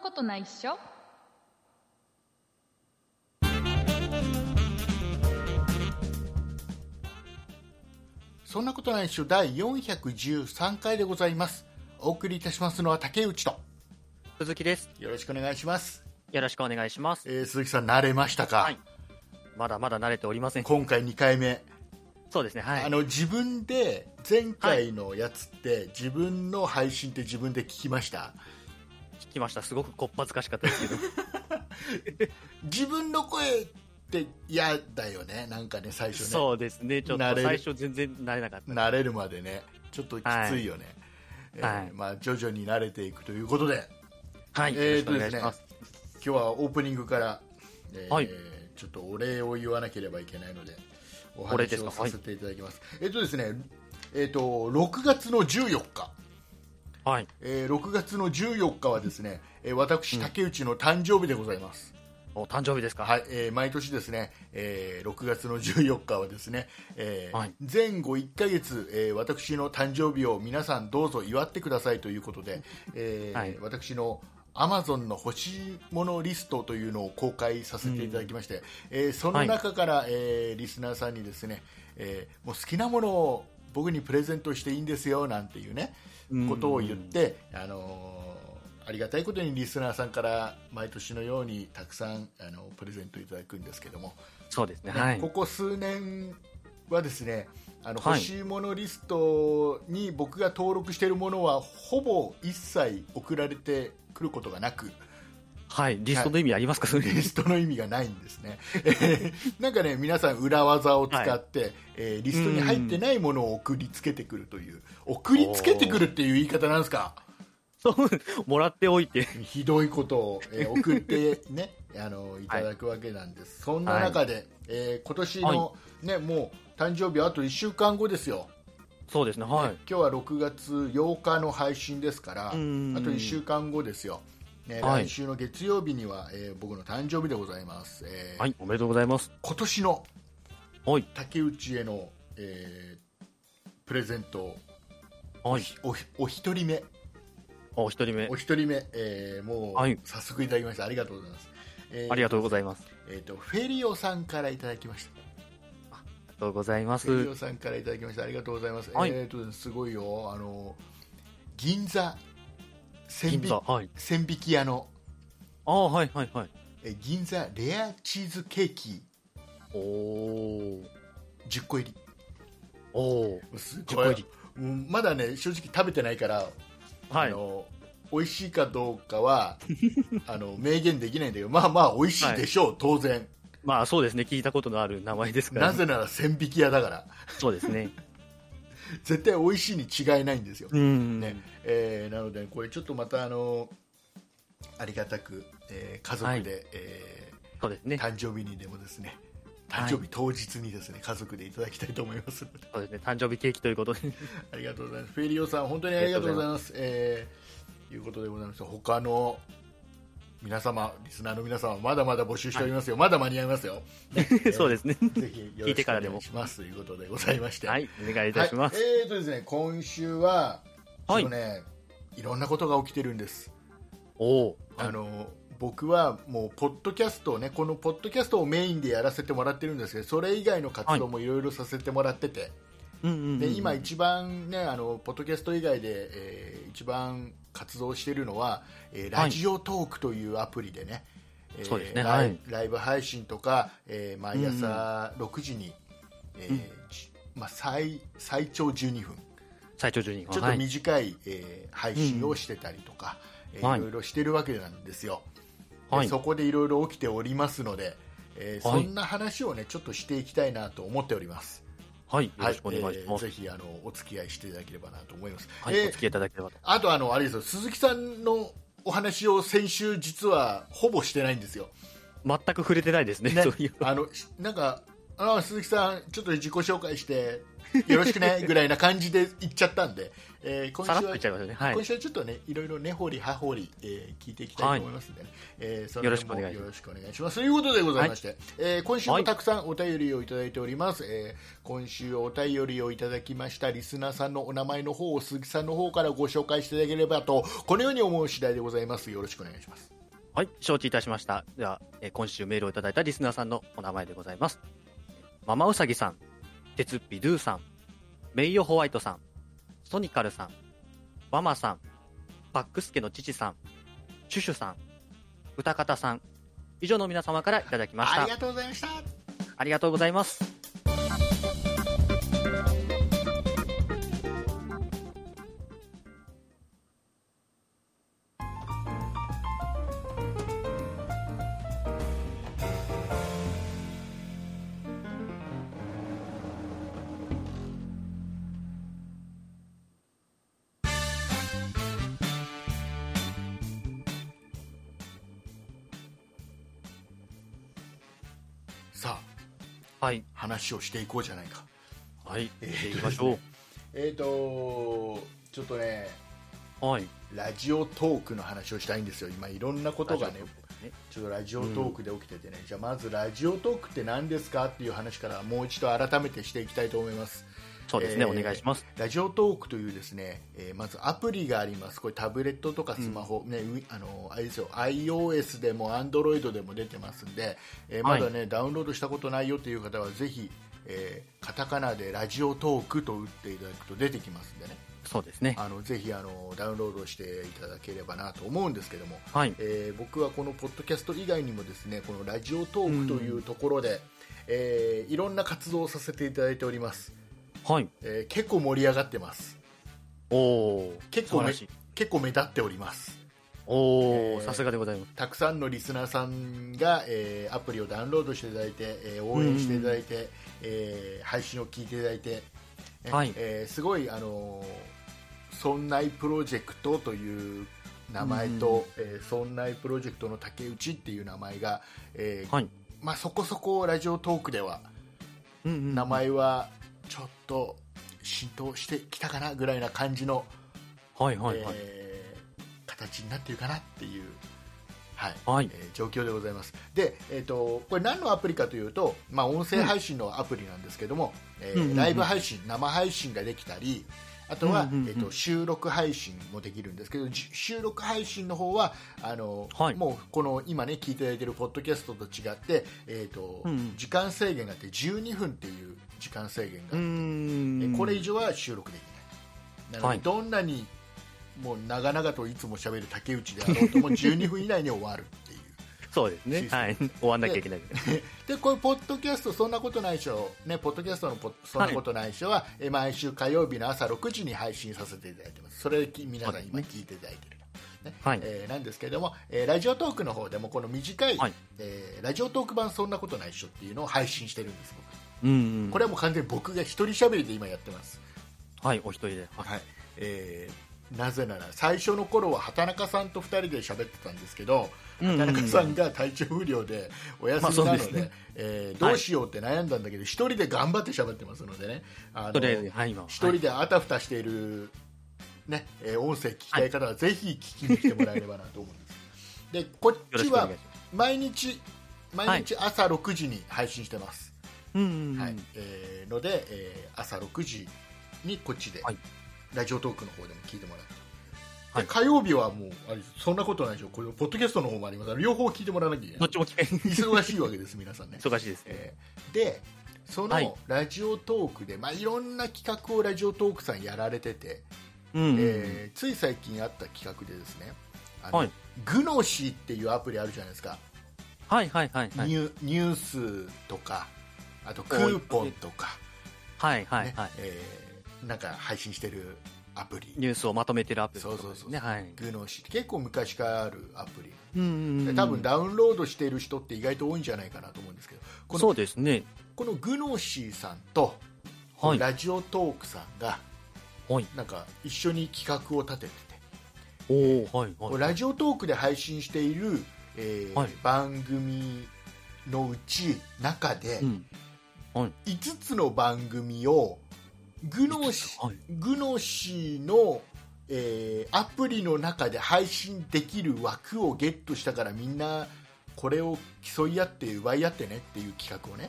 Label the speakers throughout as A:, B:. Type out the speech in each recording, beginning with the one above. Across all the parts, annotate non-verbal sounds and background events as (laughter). A: ことないっしょ
B: そんなことないっしょ第413回でございますお送りいたしますのは竹内と
C: 鈴木です。
B: よろしくお願いします、
C: よろしくお願いします。
B: えー鈴木さん慣れましたか、
C: はいまだまだ慣れておりません。
B: 今回2回目、
C: そうですね。は
B: あ
C: い。
B: の自分で前回のやつって、自分の配信って自分で聞きました
C: 聞きました。すごくこっぱずかしかったですけど。
B: 自分の声って嫌だよねなんかね最初ね
C: (laughs) そうですね。ちょっ
B: 慣
C: と
B: れる
C: 最初全然慣れなかった。
B: 慣れるまでねちょっときついよね、えー
C: はい
B: まあ、徐々に慣れていくということで
C: はい。よ
B: えー
C: ろし
B: と
C: くお願いします。
B: 今日はオープニングから、えー
C: はい
B: ちょっとお礼を言わなければいけないのでお
C: お礼で
B: 話
C: す
B: を
C: か
B: させていただきますえっ、とですねえっ、と6月の14日
C: はい。
B: えー6月の14日はですね、えー私、竹内の誕生日でございます。
C: お誕生日ですか。
B: はい、えー毎年ですね、えー6月の14日はですね、えー
C: はい
B: 前後1ヶ月、えー私の誕生日を皆さんどうぞ祝ってくださいということで、えー
C: はい
B: 私のアマゾンの欲しいものリストというのを公開させていただきまして、えーその中から、えーリスナーさんにですね、えーもう好きなものを僕にプレゼントしていいんですよなんていうね、
C: うん
B: ことを言って、あのーありがたいことにリスナーさんから毎年のようにたくさんあのプレゼントいただくんですけども、
C: そうですね。はい
B: こ。こ数年はですねあの
C: はい
B: 欲しいものリストに僕が登録しているものはほぼ一切送られてくることがな (laughs) く
C: はい。リストの意味ありますか (laughs) それ
B: リストの意味がないんですね、 (laughs) えーなんかね皆さん裏技を使って、えーリストに入ってないものを送りつけてくるという送りつけてくるっていう言い方なんですか
C: そう、もらっておいて。
B: ひどいことを、えー送って、
C: (laughs)
B: ね、あのいただくわけなんです、そんな中で、えー今年の、ねもう誕生日あと1週間後ですよ、
C: そうですね。はい。
B: 今日は6月8日の配信ですからあ
C: う
B: と
C: ん
B: 1週間後ですよ、ね
C: はい
B: 来週の月曜日には、えー僕の誕生日でございます、えー
C: はい。おめでとうございます。
B: 今年の
C: はい。
B: 竹内への、えープレゼント
C: はい。
B: おお一人目
C: おお一人目
B: お。一人目、えーも
C: は
B: う
C: い
B: 早速いただきましたありがとうございます、えー
C: ありがとうございます。
B: えー、とフェリオさんからいただきました。
C: ありがとうございま
B: フェリ
C: す
B: オ。さんからいただきました。ありがとうございます。
C: はい
B: えっ、とすごいよ。あの銀座千
C: 銀
B: 引
C: 座。はい。
B: 千匹屋の
C: ああ、はいはいはい。
B: えー銀座レアチーズケーキ
C: おお
B: 10個入
C: おお
B: り。す
C: 10個入り
B: うんまだね正直食べてないから、
C: は
B: あ
C: い。
B: の美味しいかどうか
C: (laughs)
B: はあの明言できないんだけど、まあまあ美味しいでしょう、当然。
C: まあそうですね。聞いたことのある名前ですから
B: な
C: ね。
B: ぜなら千匹屋だから
C: そうですね。
B: 絶対美味しいに違いないんですよ。
C: うん。
B: ねえーなのでこれちょっとまたあのありがたく、えー家族で、え
C: そうです
B: ー
C: ね。
B: 誕生日にでもですね誕
C: はい
B: 生日当日にですね、家族でいただきたいと思いますの (laughs) で
C: そうですね。誕生日ケーキということで。
B: ありがとうございますフェリオさん本当にありがとうございますえーいうことでございまして他の皆様リスナーの皆様まだまだ募集しておりますよ、まだ間に合いますよ
C: (laughs) そうですね。
B: ぜひよろ
C: 聞いて
B: しくお
C: からで
B: 願
C: も
B: いしますということでございまして
C: はい。お願いいたします。
B: はいえーとですね今週はちょっ
C: はい
B: とね、いろんなことが起きてるんです
C: おお。
B: あの僕はもうポッドキャストをねこのポッドキャストをメインでやらせてもらってるんですけどそれ以外の活動もいろいろさせてもらってて、
C: うんうんうん
B: で今一番ねあのポッドキャスト以外で、えー一番活動してるのは、えー
C: はい
B: ラジオトークというアプリでね、えー
C: そうですね
B: ライ
C: はい
B: ライブ配信とか、えー毎朝6時に、えーじまあ、最最長12分
C: 最長順位。
B: ちょっ
C: は
B: と
C: い
B: 短い、えー配信をしてたりとか、えー
C: はい
B: いろいろしてるわけなんですよ、
C: はい
B: でそこでいろいろ起きておりますので、えー
C: はい
B: そんな話をねちょっとしていきたいなと思っております
C: はい。よろしくお願い
B: は
C: し
B: えー
C: ます。
B: ぜひあのお付き合いしていただければなと思います、
C: はい。
B: えー
C: お付き合いいただければと。
B: あとあのあれですよ鈴木さんのお話を先週実はほぼしてないんですよ
C: 全く触れてないですね。
B: ね
C: そういう。
B: あのしなんかあ鈴木さん、ちょっと自己紹介してよろしくねぐらいな感じで言っちゃったんで、えー今
C: さ
B: 週
C: らっと
B: はい
C: っちゃいましたね。はい
B: 今。週はちょっとねいろいろ根掘り葉掘り、えー聞いていきたいと思いますんでね、えーその辺も
C: よろしくお
B: よろしくお
C: 願いします
B: 願いしますということでございまして、えー今週もたくさんお便りをいただいております、えー今週お便りをいただきましたリスナーさんのお名前の方を鈴木さんの方からご紹介していただければとこのように思う次第でございますよろしくお願いします
C: はい、承知いたしました。では、えー今週メールをいただいたリスナーさんのお名前でございます。ママウサギさん、鉄っぴドゥさん、メイヨホワイトさん、ソニカルさん、ママさん、パックスケの父さん、シュシュさん、歌方さん、以上の皆様からいただきました。
B: ありがとうございました
C: ありがとうございます。
B: さ
C: はい
B: あ、話をしていこうじゃないか
C: はい、
B: えー
C: えー、行きましょ
B: えっ、とちょっとね
C: う。はい。
B: ラジオトークの話をしたいんですよ今いろんなことがね
C: ね
B: ちょっとラジオトークで起きててね、じゃあまずラジオトークって何ですかっていう話からもう一度改めてしていきたいと思います
C: そうですね、
B: えー
C: お願いします。
B: ラジオトークというですね、えーまずアプリがありますこれタブレットとかスマホ、ねウィあのあれですよ iOS でも Android でも出てますんで、えーま
C: はい
B: だね、ダウンロードしたことないよという方はぜひ、えーカタカナでラジオトークと打っていただくと出てきますんでね
C: そうですね。
B: あのぜひあのダウンロードしていただければなと思うんですけども、
C: はい。
B: えー僕はこのポッドキャスト以外にもですねこのラジオトークというところで、えーいろんな活動をさせていただいております、
C: はい。
B: えー結構盛り上がってます
C: おお。
B: 結
C: 素
B: 構
C: 晴
B: め
C: らしい。
B: 結構目立っております
C: おお、
B: えー
C: さすがでございます。
B: たくさんのリスナーさんが、えーアプリをダウンロードしていただいて、えー応援していただいて、えー配信を聞いていただいて、ね
C: はい
B: えーすごい、あのー、そんないプロジェクトという名前と、えーそんないプロジェクトの竹内っていう名前が、えー
C: はい。
B: まあ、そこそこラジオトークでは
C: うんうん
B: 名前はちょっと浸透してきたかなぐらいな感じの、
C: はいはいはい。
B: えー形になってるかなっていう、はい
C: はい
B: え。ー状況でございますで、えー、とこれ何のアプリかというと、まあ、音声配信のアプリなんですけども、えー
C: うんうんうん
B: ライブ配信生配信ができたりあとは、
C: うんうんうん
B: えー、と収録配信もできるんですけどじ収録配信の方はあの、
C: はい
B: もうこの今ね聞いていただいてるポッドキャストと違って、えーと
C: うんうん
B: 時間制限があって12分っていう時間制限があっ
C: う
B: て
C: ー
B: え
C: ん。
B: これ以上は収録できないなので、
C: はい
B: どんなにもう長々といつも喋る竹内であろうとも12分以内に終わるっていう
C: そうですね
B: シ。ステム (laughs)
C: はい。終わんなきゃいけない。
B: でこういうポッドキャストそんなことないしょねポッドキャストのポそんなことないしょは、え毎週火曜日の朝6時に配信させていただいてますそれをき皆さん今聞いていただいてるね
C: はい
B: えーなんですけれども、えーラジオトークの方でもこの短い、
C: はい
B: えーラジオトーク版そんなことないっしょっていうのを配信してるんです僕
C: うんうん。
B: これはもう完全に僕が一人喋りで今やってます
C: はい、お一人で。
B: はいえーなぜなら最初の頃は畑中さんと2人で喋ってたんですけど
C: うんうんうん
B: 畑中さんが体調不良でお休みな
C: ま
B: の
C: あ
B: で,、
C: そうですね
B: えーどうしようって悩んだんだけど、一1人で頑張って喋ってますのでねあ
C: と
B: の
C: りあえず、はい、今は。
B: 一人であたふたしている、ねえー音声聞きたい方はぜひ聞きに来てもらえればなと思うんです。でこっ
C: はい
B: ち
C: よろしくお
B: は
C: 願いします。
B: 毎日毎日朝6時に配信してます、
C: うんうんう
B: はい
C: ん。
B: えーので、えー朝6時にこっちで、
C: はい
B: ラジオトークの方でも聞いてもらって、
C: はい
B: で火曜日はもうあれですそんなことないでしょこれポッドキャストの方もありますから両方聞いてもらわなきゃいけ
C: ど
B: な
C: っ
B: い
C: ちも聞け。
B: 忙しいわけです皆さ
C: (laughs)
B: んね、
C: 忙しいですね。
B: えーでそ
C: はい
B: のラジオトークで、まあ、いろんな企画をラジオトークさんやられてて、
C: うんうんうん。
B: えーつい最近あった企画でですねあの、
C: はい
B: グノシーっていうアプリあるじゃないですか、
C: はいはいはいはい。
B: ニュニュースとかあとクーポンとか、
C: はいはい
B: ね
C: はい。
B: えーなんか配信してるアプリ、
C: ニュースをまとめてるアプリ
B: そうそうそう
C: ね。はい。
B: グノシーって結構昔からあるアプリ、
C: うんうんう
B: で
C: ん。
B: 多分ダウンロードしている人って意外と多いんじゃないかなと思うんですけど、こ
C: そ
B: の
C: うですね。
B: このグノシーさんと、
C: はい。
B: ラジオトークさんが
C: はい。
B: なんか一緒に企画を立てて
C: おー、はい
B: て、
C: はい。
B: ラジオトークで配信している、えー
C: はい
B: 番組のうち中で
C: うん。
B: 5つの番組をグノシー
C: はい。
B: グノシーの、えーアプリの中で配信できる枠をゲットしたからみんなこれを競い合って奪い合ってねっていう企画をね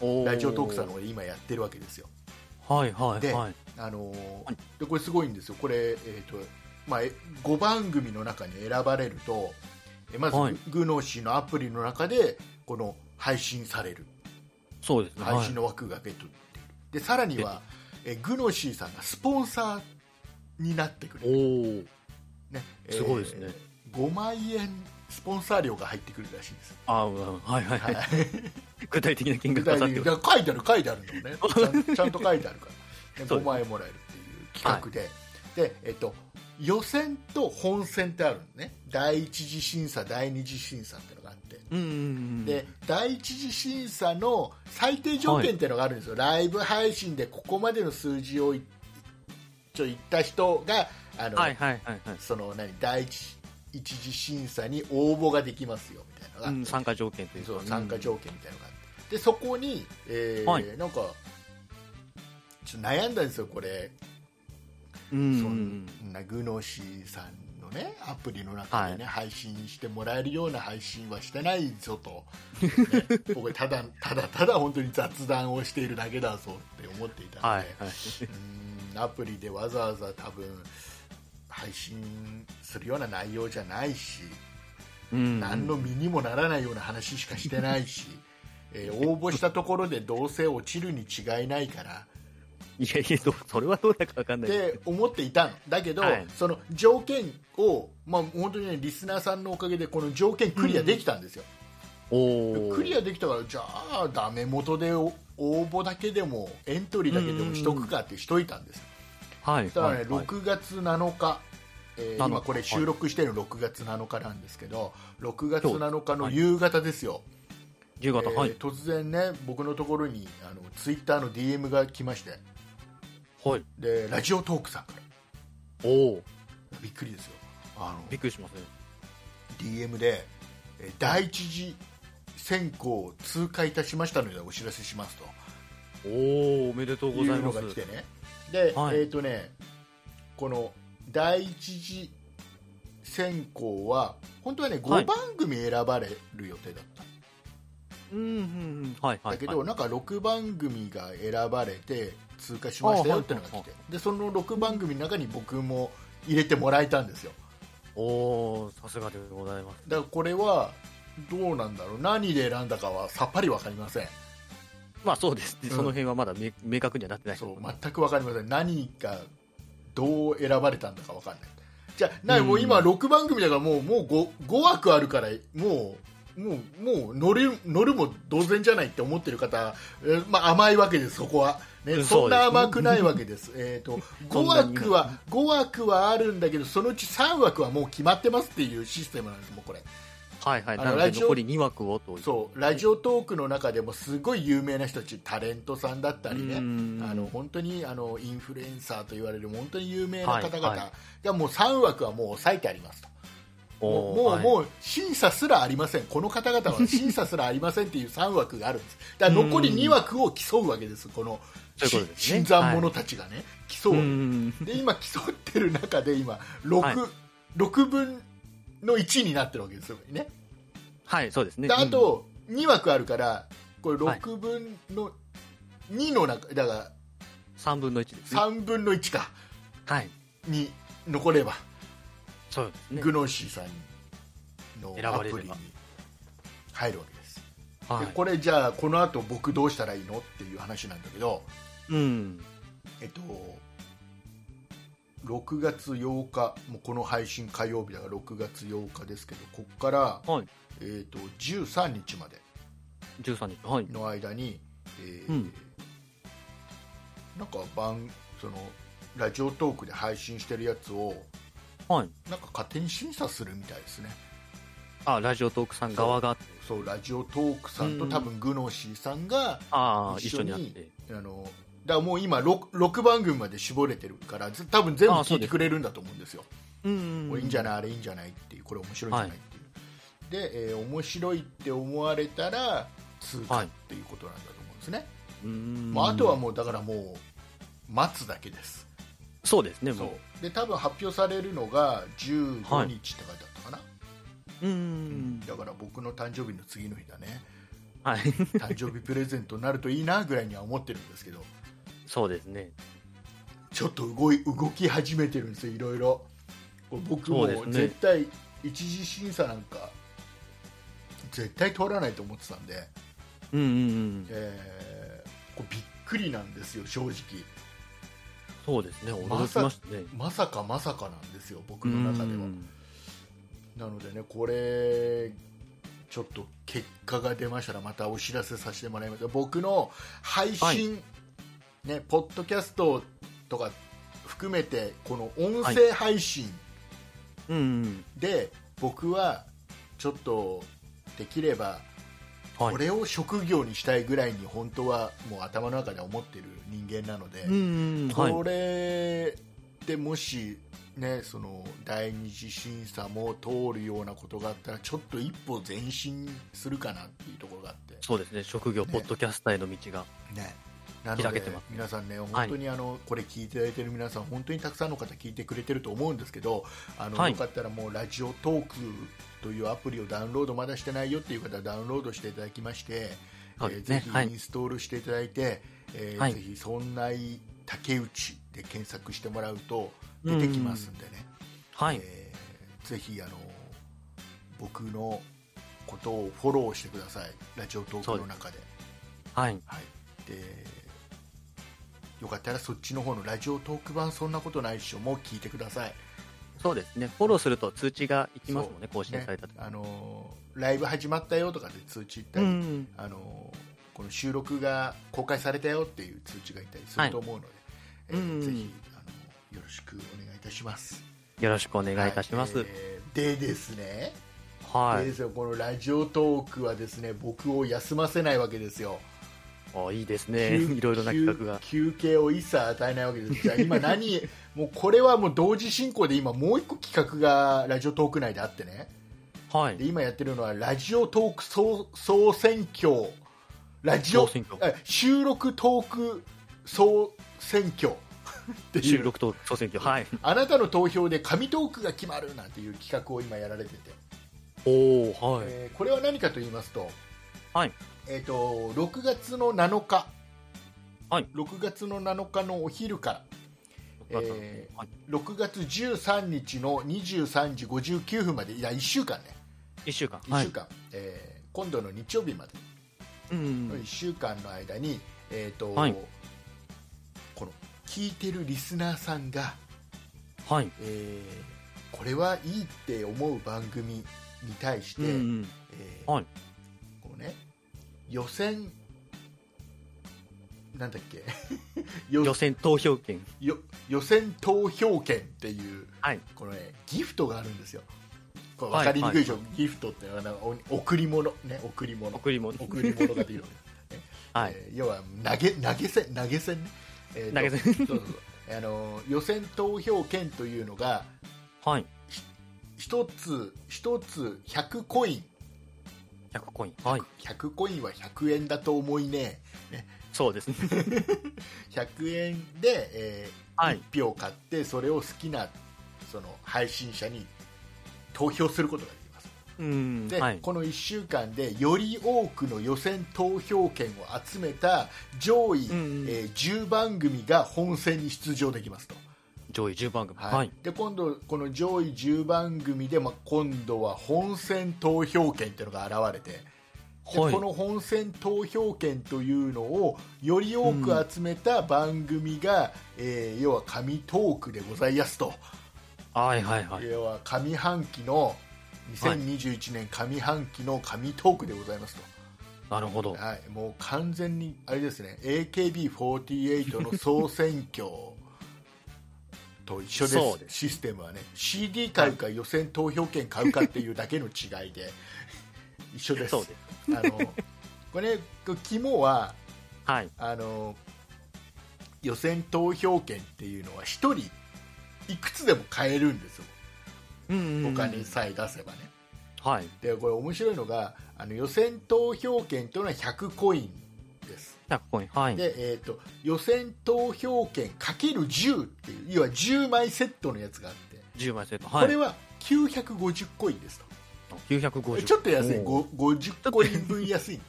C: おー
B: ラジオトークさんの方で今やってるわけですよ、
C: はいはい
B: で
C: はい。
B: あのー
C: はい
B: でこれすごいんですよこれ、えーとまあ、え5番組の中に選ばれるとえまず、
C: はい
B: グノーシーのアプリの中でこの配信される
C: そうですね。
B: 配
C: はい
B: 信。の枠が出てるでさらにはえグノシーさんがスポンサーになってくれ
C: お
B: る、
C: お。
B: ね
C: すごいです
B: え
C: ね
B: ー5万円スポンサー料が入ってくるらしいです
C: あーうんはいはい (laughs) はい。具体的な金
B: 具
C: 額が
B: 体
C: さっ
B: 的
C: て
B: に
C: る
B: いや書いてある書いてあるん
C: (laughs)
B: だもんねちゃんちゃんと書いてあるから、ね、
C: そうです
B: 5万円もらえるっていう企画で、でえっと予選と本選ってあるのね第一次審査第二次審査ってのがあって
C: うんうんうん。
B: で第一次審査の最低条件っていうのがあるんですよ、ライブ配信でここまでの数字をいちょ言った人があの、
C: はいはいはいはい。
B: その何第一一次審査に応募ができますよみたいなのがあ
C: う
B: って
C: ん、参加条件というか。
B: そう参加条件みたいなのがあってでそこに、えー
C: はい
B: なんかちょっと悩んだんですよ、これ、
C: 件。う
B: そ
C: ん
B: ん。なグノシーさんの、ね、アプリの中で、ね配信してもらえるような配信はしてないぞと、
C: (laughs)
B: ね僕ただただただ本当に雑談をしているだけだぞって思っていたので、
C: はいはい。
B: うんアプリでわざわざ多分配信するような内容じゃないし。
C: うん
B: 何の身にもならないような話しかしてないし、えー応募したところでどうせ落ちるに違いないから
C: いやいや、どうそれはどうだかわかん
B: っ
C: ないですけ
B: て思っていたのだけど、
C: はい
B: その条件を、まあ、本当に、ね、リスナーさんのおかげでこの条件クリアできたんですよ、
C: ど。おお。
B: クリアできたからじゃあダメ元で応募だけでもエントリーだけでもしとくかってしといたんです
C: ア。はい。
B: そしたらね、
C: はいはい
B: 6月7日、えー
C: 7
B: 今これ収録してるの6月7日なんですけど6月7日の夕方ですよ、
C: 夕方、は
B: え
C: い
B: ー。突然ね僕のところにあのツイッターの DM が来まして
C: はい。
B: でラジオトークさんか
C: おお。
B: らびっくりですよあ
C: び
B: の
C: っくりしますね。
B: DM で、えー第一次選考を通過いたしましたのでお知らせします
C: おお、おめで
B: と
C: とうご
B: い
C: ざいう
B: の
C: ます
B: が。来てねで、
C: はい
B: えっ、とねこの第一次選考は本当はね
C: は
B: 5
C: い
B: 番組選ばれる予定だった、
C: うんうんうん。はいはい。
B: だけど、
C: はい
B: なんか6番組が選ばれて通過しましたよってのが来て、
C: あはいはい
B: でその6番組の中に僕も入れてもらえたんですよ
C: おお、さすがでございます。
B: だからこれはどうなんだろう何で選んだかはさっぱり分かりません
C: まあそうですね。
B: うん
C: その辺はまだ明明確にはなってない。
B: そう全く分かりません何がどう選ばれたんだか分かんないじゃあなもう今
C: うん
B: 6番組だからもうもう 5, 5枠あるからもうもうもう乗る乗るも同然じゃないって思ってる方、えーまあ、甘いわけです、そこは、
C: う
B: ね、
C: ん
B: そんな
C: そうです
B: 甘くないわけです、えー、
C: (laughs)
B: と
C: そ
B: 5
C: んなに
B: 枠は5枠はあるんだけどそのうち3枠はもう決まってますっていうシステムなんです、もうこれ
C: はいは
B: あ
C: い。
B: の
C: なの
B: ラ
C: で
B: ジオ
C: 残り2枠をという。
B: そうラジオトークの中でもすごい有名な人たちタレントさんだったりね
C: うん
B: あの本当にあのインフルエンサーと言われる本当に有名な方々が、
C: はいは
B: もう3枠はもう抑えてありますともうもう,、
C: う
B: もう審査すらありませんこの方々
C: (laughs)
B: は審査すらありませんっていう3枠があるんですだから残り2枠を競うわけですこの
C: そういうことですね
B: 新参者たちがね、競
C: う
B: うわ
C: ん
B: け
C: う
B: ですで
C: ん
B: 今競ってる中で今 6,、
C: はい
B: 6分の1になってるわけですよね
C: はい、そうですね。
B: であと2枠あるからこれ6分の2の中だから
C: うん、3分の1ですね。
B: 3分の1か
C: はい。
B: に残れば
C: そうですね。
B: グノーシーさんの
C: 選
B: ア
C: ば
B: プ
C: れれば
B: リに入るわけです
C: は
B: で
C: い。
B: これじゃあこの後僕どうしたらいいのっていう話なんだけど
C: うん。
B: えっと6月8日もうこの配信火曜日だから6月8日ですけどここから、
C: はい。
B: えっと13日まで
C: 13日。はい。
B: の間に、えー
C: うん
B: なんか番そのラジオトークで配信してるやつを
C: はい。
B: なんか勝手に審査するみたいですね
C: あ、ラジオトークさん側が、
B: そうラジオトークさんと
C: うん
B: 多分グノシーさんが、
C: ああ、
B: 一
C: 一
B: 緒
C: 緒
B: に
C: になって。
B: あのだからもう今 6, 6番組まで絞れてるからず多分全部
C: あーそ
B: 聞
C: う
B: い
C: で
B: て
C: す
B: くれるんだと思うんですよ
C: うん
B: これいいんじゃ
C: い
B: ないあれいいんじゃないっていうこれ面白いんじゃないっていう、で、えー面白いって思われたら通過っていうことなんだと思うんですね、
C: うん。
B: もうあとはもうだからもう待つだけです
C: そうですね、
B: そ
C: も
B: うで多分発表されるのが15日って書いてあったかな、
C: う。うん。
B: だから僕の誕生日の次の日だね (laughs)
C: はい。 (laughs)
B: 誕生日プレゼントになるといいなぐらいには思ってるんですけど
C: そうですね。
B: ちょっと動い動き始めてるんですよいろいろこれ僕も
C: そうですね
B: 絶対一次審査なんか絶対通らないと思ってたんで、
C: うんうんうん。
B: えーこうびっくりなんですよ、正直
C: そうですね、
B: ま
C: 驚き
B: さ
C: ましたね。
B: まさかまさかなんですよ、僕の中では。
C: うん
B: なのでね、これ、ちょっと結果が出ましたら、またお知らせさせてもらいます。僕の配信、
C: は
B: ね、ポッドキャストとか含めて、この音声配信
C: うんうん。
B: で、僕はちょっとできれば、
C: はい。
B: これを職業にしたいぐらいに、本当はもう頭の中で思ってる人間なので。
C: うんうんうん。はい
B: こ。れでもし、ね、その第二次審査も通るようなことがあったらちょっと一歩前進するかなっていうところがあって、
C: そうですね、職業、
B: ね
C: ポッドキャスターへの道が。
B: ね、なの
C: 開け
B: で
C: てます
B: 皆さんね本当にあの、これ聞いていただいてる皆さん本当にたくさんの方聞いてくれてると思うんですけどあの、
C: はい
B: よかったらもうラジオトークというアプリをダウンロードまだしてないよっていう方はダウンロードしていただきまして、
C: そう
B: え
C: で
B: ー
C: すね
B: ぜ。ひ
C: は
B: イ
C: い
B: ン。ストールしていただいて、えー
C: はい
B: ぜひ「そんない竹内」で検索してもらうと出てきますんでね、
C: はい。
B: えーぜひあの僕のことをフォローしてくださいラジオトークの中で
C: はい。
B: はい、でよかったらそっちの方のラジオトーク版「そんなことないっしょ」も聞いてください
C: そうですね、フォローすると通知がいきますもんね、更新されたと
B: ね。あのライブ始まったよとかで通知いったり、
C: うん
B: あのこの収録が公開されたよっていう通知がいったりすると思うので、えー
C: うん
B: ぜひあのよろしくお願いいたします。
C: よろしくお願いいたします。
B: は
C: はいい。
B: えーでですね、でですよこのラジオトークはですね僕を休ませないわけですよ。
C: あいいですね、
B: 休
C: (laughs) いろいろな企画が。
B: 休休憩を一切与えないわけです。じゃあ今何 (laughs) もうこれはもう同時進行で今もう一個企画がラジオトーク内であってね。
C: はい
B: で。今やってるのはラジオトーク総総選挙ラジオ
C: 総選挙
B: え収録トーク総選
C: (laughs)
B: 挙っていう
C: 収録と総選挙。はい。
B: あなたの投票で神トークが決まるなんていう企画を今やられてて、
C: おおはい。
B: えーこれは何かと言いますと,、
C: はい
B: えー、と6月の7日、
C: はい
B: 6月の7日のお昼からえ
C: はい
B: 6月13日の23時59分までいや1週間ね
C: 一週間。
B: 1週。間、えー今度の日曜日まで
C: うんうん。
B: 1週間の間に、えーと
C: はい
B: この聞いてるリスナーさんが、
C: はい。
B: えーこれはいいって思う番組に対して、
C: うんうん。
B: えー
C: はい
B: こうね、予選なんだっけ (laughs) よ
C: 予選投票権。
B: よ予選投票権っていう、
C: はい
B: このね、ギフトがあるんですよ。これ分かりにくいでしょ、
C: は
B: ギフトっていうのはお贈り物ね贈り物
C: 贈り物。
B: 贈り物ができる
C: (laughs) はい。
B: えー要は投げ投げ銭投げ銭ね、え
C: 投げ
B: 銭そうそうそうあのー予選投票権というのが
C: はい。
B: 一つ一つ100コイン
C: 100コイン。はい。
B: 100コインは100円だと思いね
C: そ
B: (laughs)
C: うですね。
B: 100円で、え
C: はい。
B: 1票買ってそれを好きなその配信者に投票することができます
C: うん。
B: で、
C: はい。
B: この1週間でより多くの予選投票権を集めた上位、
C: うんうん
B: えー10番組が本戦に出場できますと、
C: 上位10番組。はい。
B: で今度、この上位10番組で、まあ、今度は本選投票権というのが現れて、で
C: はい
B: この本選投票権というのをより多く集めた番組が、えー要は神トークでございやすと、
C: はいはいはい。
B: 要は上半期の2021年上半期の神トークでございますと。
C: なるほど。
B: はい、もう完全にあれですね AKB48 の総選挙と一緒です
C: そうです
B: システムはね CD 買うか予選投票権買うかっていうだけの違いで一緒です
C: そうです。
B: あのこれ肝は
C: はい。
B: あの予選投票権っていうのは1人いくつでも買えるんですよ
C: うん
B: お
C: 他
B: 金さえ出せばね、
C: はい。
B: でこれ面白いのがあの予選投票権というのは100コインです
C: 100コイン。はい。
B: で、えー、と予選投票権 ×10 っていう要は10枚セットのやつがあって、
C: 10枚セット。はい。
B: これは950コインですと
C: 950。
B: ちょっと安い
C: おー
B: ご50コイン分安い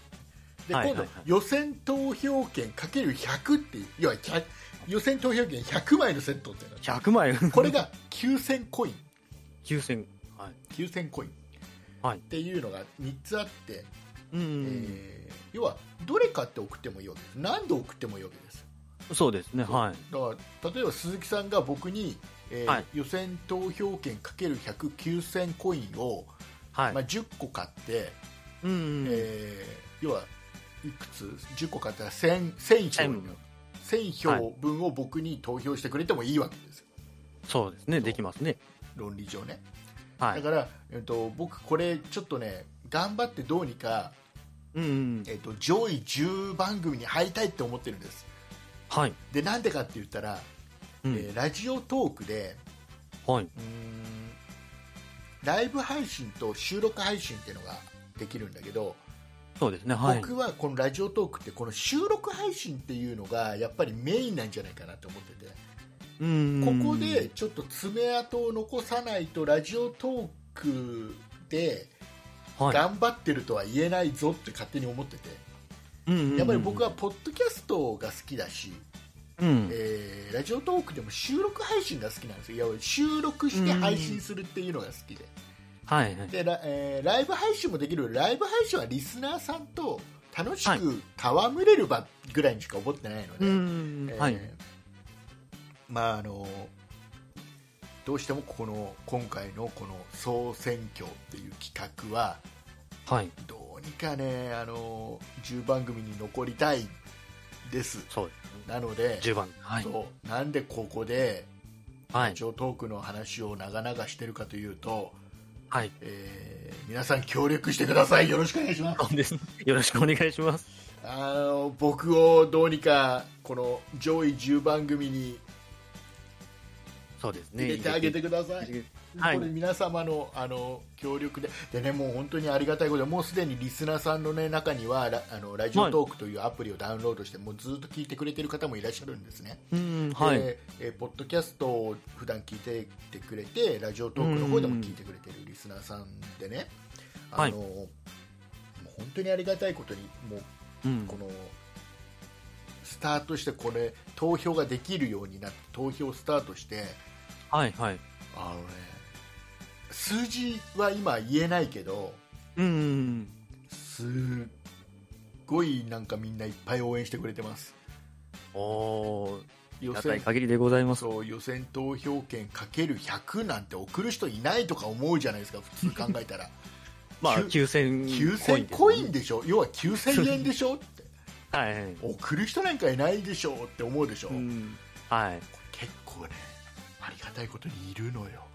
B: で
C: はい
B: 今度
C: はいはい
B: 予選投票権 ×100 っていう要は100予選投票権100枚のセットっていうの
C: 100枚。 (laughs)
B: これが9000コイン
C: 9000。はい。
B: 9000コイン
C: はい
B: っていうのが3つあって、
C: うん
B: えー要はどれ買って送ってもいいわけです何度送ってもいいわけです
C: そうですね、はい。
B: だから例えば鈴木さんが僕に、えー
C: はい
B: 予選投票権 ×1009,000 コインを、
C: はい。
B: まあ、10個買って、
C: うんうん、
B: えー要はいくつ10個買ったら 1000, 1000票1000票分を僕に投票してくれてもいいわけですよ
C: そうですね、できますね。
B: 論理上ね、
C: は
B: だ
C: い。
B: から、えっと僕これちょっとね頑張ってどうにか、
C: うんうん、
B: えっと上位10番組に入りたいって思ってるんです
C: はい。
B: でなんでかって言ったら、
C: うん
B: えーラジオトークで
C: はい。
B: うーんライブ配信と収録配信っていうのができるんだけど、
C: そうですね、はい。
B: 僕はこのラジオトークってこの収録配信っていうのがやっぱりメインなんじゃないかなと思ってて、
C: うんうん
B: ここで、ちょっと爪痕を残さないとラジオトークで
C: は
B: 頑張ってるとは言えないぞって勝手に思ってて、
C: い、うんうんうん
B: やっぱり僕は、ポッドキャストが好きだし、
C: うん
B: えーラジオトークでも収録配信が好きなんですよいや収録して配信するっていうのが好きで,、
C: はいはい。
B: でラえーライブ配信もできるライブ配信はリスナーさんと楽しく戯れる場ぐらいにしか思ってないので、
C: うん
B: えー
C: はい。
B: まああのどうしてもこの今回のこの総選挙っていう企画は
C: はい。
B: どうにかねあの10番組に残りたいです
C: そうで。
B: なのです
C: 10番。はい。
B: そうなんでここで
C: は
B: ラ
C: い。
B: ジオトークの話を長々してるかというと、
C: はい。
B: えー皆さん協力してくださいよろしくお願いします
C: そうです。よろしくお願いします。
B: あの僕をどうにかこの上位10番組に
C: そうですね。
B: 入れてあげてください、
C: はい
B: これ皆様のあの協力でで、ね、もう本当にありがたいことでもうすでにリスナーさんの、ね、中にはラあのラジオトークというアプリをダウンロードして、もうずっと聞いてくれてる方もいらっしゃるんですね。
C: うん、はい。
B: でえーポッドキャストを普段聞いててくれてラジオトークの方でも聞いてくれてるリスナーさんでね、
C: うん
B: あのもう本当にありがたいことにもう
C: うん
B: こ。のスタートしてこれ投票ができるようになって投票スタートして
C: はい、はい。
B: あの、ね、数字は今言えないけど
C: うんうんうん。
B: すっごいなんかみんないっぱい応援してくれてます。
C: おー、
B: 予
C: 屋
B: 選
C: 台限りでございます。
B: そう予選投票権 ×100 なんて送る人いないとか思うじゃないですか普通考えた
C: (laughs)
B: ら
C: まあ、
B: きゅ
C: 9000
B: 9000コイ
C: です
B: ンでしょ要は9000円で
C: (laughs)
B: しょって
C: ねはいはい。
B: 送る人なんかいないでしょって思うでしょ、
C: うん。はい。
B: 結構ねありがたいことにいるのよ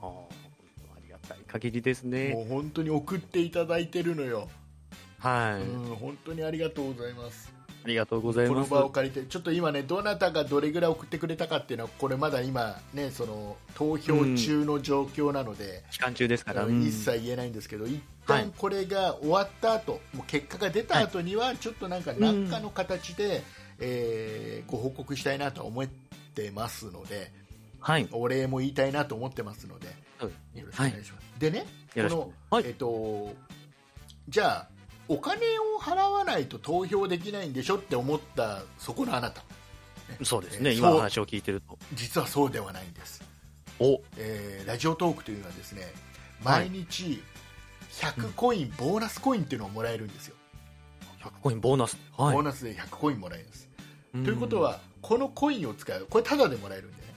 C: あーありがたい限りですね。
B: もう本当に送っていただいてるのよ、
C: はい。
B: うん、本当にありがとうございます
C: ありがとうござい
B: この
C: ます。
B: 場を借りてちょっと今ねどなたがどれぐらい送ってくれたかっていうのはこれまだ今ねその投票中の状況なので、
C: 期間中ですから。うん
B: 一切言えないんですけど、一
C: は
B: 旦
C: い
B: これが終わった後、もう結果が出た後には、ちょっとなんか何かの形で、えーご報告したいなとは思ってますので、
C: はい。
B: お礼も言いたいなと思ってますので、
C: そう
B: よろしくお願いします。でね、こ
C: よろしく
B: の、
C: はい
B: えっと、じゃあ、お金を払わないと投票できないんでしょって思ったそこのあなた、
C: そうですね。
B: えー
C: 今
B: そう
C: お話を聞いてると。
B: 実はそうではないんです。
C: お、
B: えーラジオトークというのはですね
C: は
B: 毎
C: い
B: 日100コイン、ボーナスコインっていうのをもらえるんですよ、
C: 100コインボーナス。は
B: ボーナスで100コインもらえるんです、
C: い。
B: ということはこのコインを使うこれタダでもらえるんでね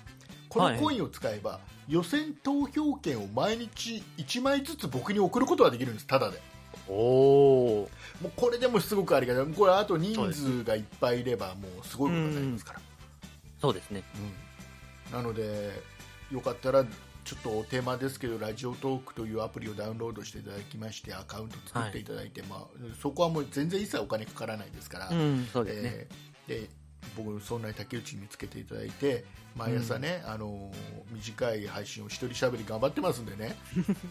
B: こ
C: は
B: の
C: い
B: コインを使えば、予選投票券を毎日1枚ずつ僕に送ることができるんですタダで
C: うん。おー。
B: もうこれでもすごくありがたいこれあと人
C: そうです
B: 数がいっぱいいればもうすごいことになりますから、
C: そうですね。
B: うんなのでよかったらちょっとお手間ですけどラジオトークというアプリをダウンロードしていただきましてアカウント作っていただいて、まあ、そこはもう全然一切お金かからないですから、
C: うん。そうですね。
B: えーで僕そんなに竹内につけていただいて毎朝ね、あのー短い配信を一人喋り頑張ってますんでね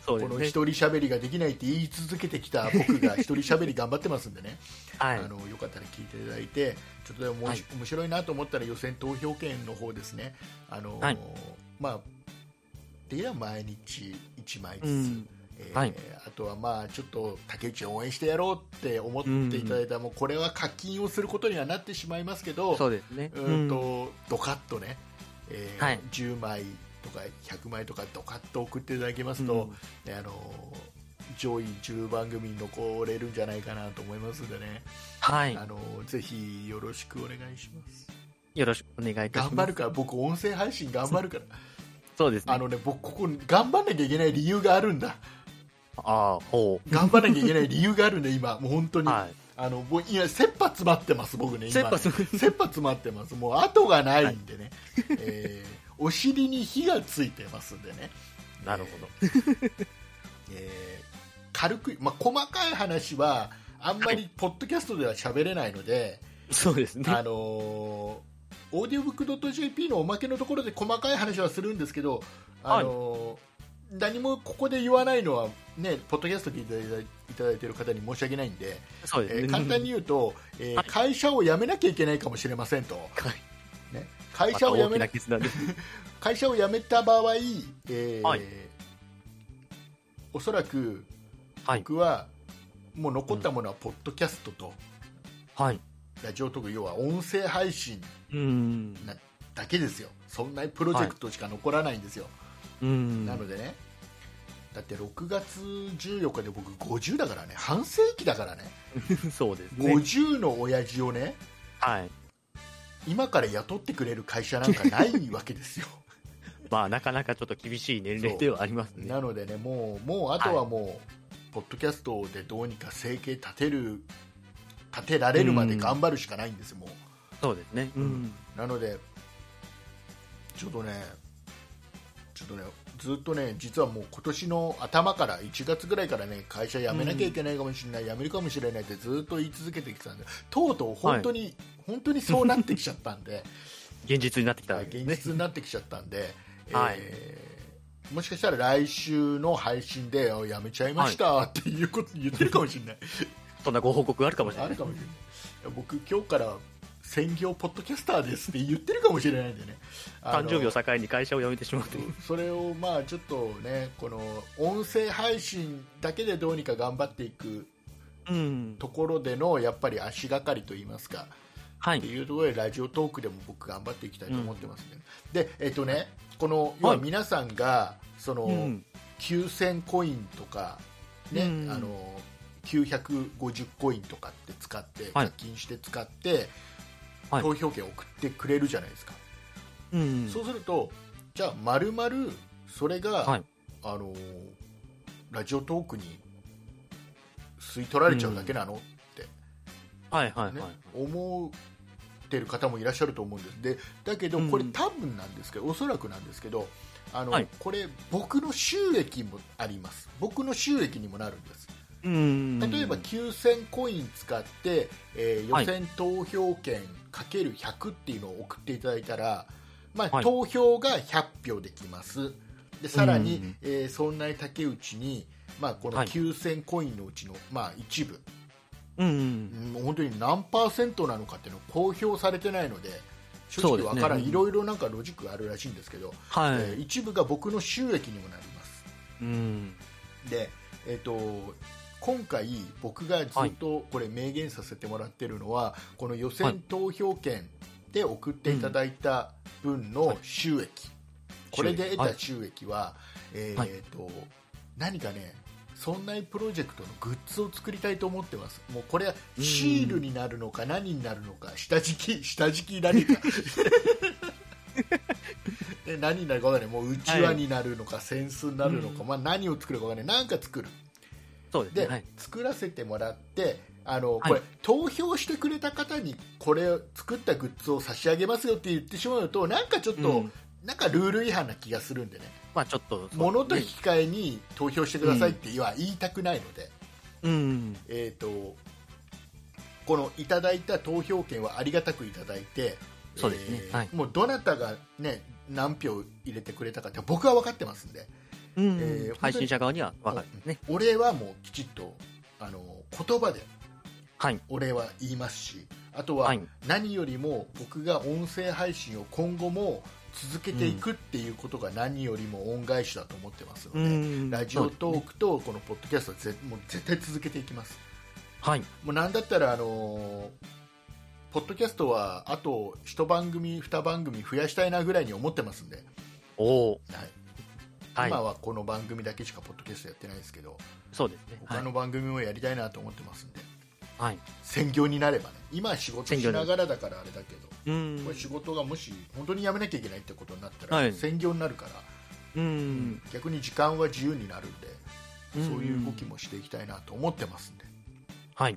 C: そ
B: こ
C: うです
B: の
C: ね
B: 一。人喋りができないって言い続けてきた僕が一人喋り頑張ってますんでね
C: は
B: あ
C: い。
B: のよかったら聞いていただいてちょっとでももし、
C: はい
B: 面白いなと思ったら予選投票権の方ですねあの、
C: はい
B: まあできれば毎日1枚ずつ、
C: うん。
B: えー
C: はい
B: あとはまあちょっと竹内を応援してやろうって思っていただいたら、もうこれは課金をすることにはなってしまいますけど
C: そうですね。
B: うーんと、ドカッとね、えー
C: はい
B: 10枚とか100枚とかドカッと送っていただけます
C: う
B: と
C: ん、
B: えーあの上位10番組に残れるんじゃないかなと思いますんでね、
C: はい
B: あ。のぜひよろしくお願いします
C: よろしくお願いいたしま
B: 頑
C: す。
B: 張るから僕音声配信頑張るから
C: そうですね。
B: あのね僕ここ頑張んなきゃいけない理由がある
C: (laughs)
B: んだ
C: ああ、ほ
B: 頑張らなきゃいけない理由があるんで今もう本当
C: う。
B: に、
C: は
B: あのもういや切羽詰まってます僕ね
C: い。
B: 今
C: 切
B: ね
C: 羽詰ま
B: 切羽詰まってますもう後がないんでね、えーお尻に火がついてますんでね
C: なるほど。
B: えー軽く、まあ、細かい話はあんまりポッドキャストでは喋れないので、
C: (laughs) そうですね。
B: あのー、オーディオブックドット JP のおまけのところで細かい話はするんですけど、あのー何もここで言わないのは、ね、ポッドキャストでいただいいただいている方に申し訳ないんで、
C: そうです
B: え
C: ね。
B: ー簡単に言うと、えー
C: はい
B: 会社を辞めなきゃいけないかもしれませんと、
C: はい
B: ね、会
C: ま
B: 社
C: た
B: を辞
C: 大
B: め
C: きな決断です。
B: 会社を辞めた場合、えー
C: はい
B: おそらく
C: はい。
B: 僕はもう残ったものはポッドキャストと
C: はい。
B: ラジオトーク要は音声配信
C: うん。
B: だけですよそんなプロジェクトしか残らないんですよ、
C: うん。
B: なのでねだって6月14日で僕50だからね半世紀だからね
C: (laughs) そうですね。
B: 50の親父をね
C: はい。
B: 今から雇ってくれる会社なんかないわけですよ
C: まあ、なかなかちょっと厳しい年齢ではあります (laughs) ね。
B: なのでねもうもうあとはもう、ポッドキャストでどうにか生計立てる立てられるまで頑張るしかないんですよ、もう
C: そうですね。うん。
B: なのでちょっとねちょっとねずっとね実はもう今年の頭から1月ぐらいからね会社辞めなきゃいけないかもしれない、辞めるかもしれないってずっと言い続けてきたんでとうとう本当に、本当にそうなってきちゃったん
C: (laughs)
B: で
C: 現実になってきたわけです
B: 現
C: ね。
B: 実になってきちゃったんで、
C: はい
B: えーもしかしたら来週の配信であ辞めちゃいましたっていうこと言ってるかもしれない
C: そんなご報告があるかもしれ
B: あ
C: な
B: る
C: い。
B: かもしれないいや僕今日から専業ポッドキャスターですって言ってるかもしれないんでねあ
C: 誕
B: の
C: 生日を境に会社を辞めてしまうという。
B: それをまあちょっとねこの音声配信だけでどうにか頑張っていく
C: うん。
B: ところでのやっぱり足がかりといいますか
C: は
B: って
C: い。
B: いうところでラジオトークでも僕頑張っていきたいと思ってますね、でえっ、とねこの要は皆さんがその、
C: うん。
B: 9000コインとか、ね
C: うん
B: あの950コインとかって使って、
C: はい
B: 課金して使って、
C: はい
B: 投票権送ってくれるじゃないですか、
C: うん。
B: そうするとじゃあまるまるそれが、
C: はい
B: あのラジオトークに吸い取られちゃうだけなの、
C: はいはいはい
B: ね。思ってる方もいらっしゃると思うんですでだけどこれ
C: うん
B: 多分なんですけど、おそらくなんですけどあの、
C: はい
B: これ僕の収益もあります僕の収益にもなるんです
C: うん。
B: 例えば9000コイン使って、えー
C: はい
B: 予選投票権 ×100 っていうのを送っていただいたら、まあ
C: はい
B: 投票が100票できますでさら
C: うん
B: に、えーそんなに竹内に、まあ、この
C: はい
B: 9000コインのうちの、まあ、一部
C: うん。
B: うん本当に何パーセントなのかっていうのは公表されてないので正直わからん、
C: そうですねうん
B: いろいろなんかロジックがあるらしいんですけど、
C: は
B: えー
C: い。
B: 一部が僕の収益にもなります
C: うん。
B: で、えー、と今回僕がずっとこれ明言させてもらってるのは、この予
C: はい
B: 選投票権で送っていただいた分の収益、これで得た収益は、えー
C: はい
B: と何かねそんなプロジェクトのグッズを作りたいと思ってます。もうこれはシールになるのか何になるのか下敷き下敷き何かで何になるかわかんない。もううちわになるのか、扇子になるのか、
C: う
B: まあ何を作るかわかんない。なんか作る。
C: そうですね。
B: で、
C: はい。
B: 作らせてもらってあの、
C: はい
B: これ投票してくれた方にこれを作ったグッズを差し上げますよって言ってしまうとなんかちょっと、
C: うん
B: なんかルール違反な気がするんでね
C: まあちょっと。
B: 物と引き換えに投票してくださいっては言いたくないので、
C: うん。
B: えー、とこのいただいた投票権はありがたくいただいて
C: そうですね
B: えー
C: はい
B: もうどなたが、ね、何票入れてくれたかって僕は分かってますんで
C: うん
B: えー本当に
C: 配信者側には分かるんですね。
B: お礼はもうきちっとあの言葉で
C: はい。
B: お礼は言いますしあと
C: は。
B: はい何よりも僕が音声配信を今後も続けていくっていうことが何よりも恩返しだと思ってますので、
C: ん
B: ラジオトークとこのポッドキャストはぜもう絶対続けていきます
C: はい。
B: もうなんだったらあのーポッドキャストはあと一番組二番組増やしたいなぐらいに思ってますんで、
C: おお。
B: はい
C: はい
B: 今はこの番組だけしかポッドキャストやってないですけど
C: そうですね。は
B: 他
C: い。
B: の番組もやりたいなと思ってますんで、
C: はい、
B: 専業になればね今仕事しながらだからあれだけど
C: う
B: これ
C: ん。
B: 仕事がもし本当に辞めなきゃいけないってことになったら、
C: はい
B: 専業になるから、
C: うん。
B: 逆に時間は自由になるんでそう
C: うん
B: いう動きもしていきたいなと思ってますんで、
C: はい。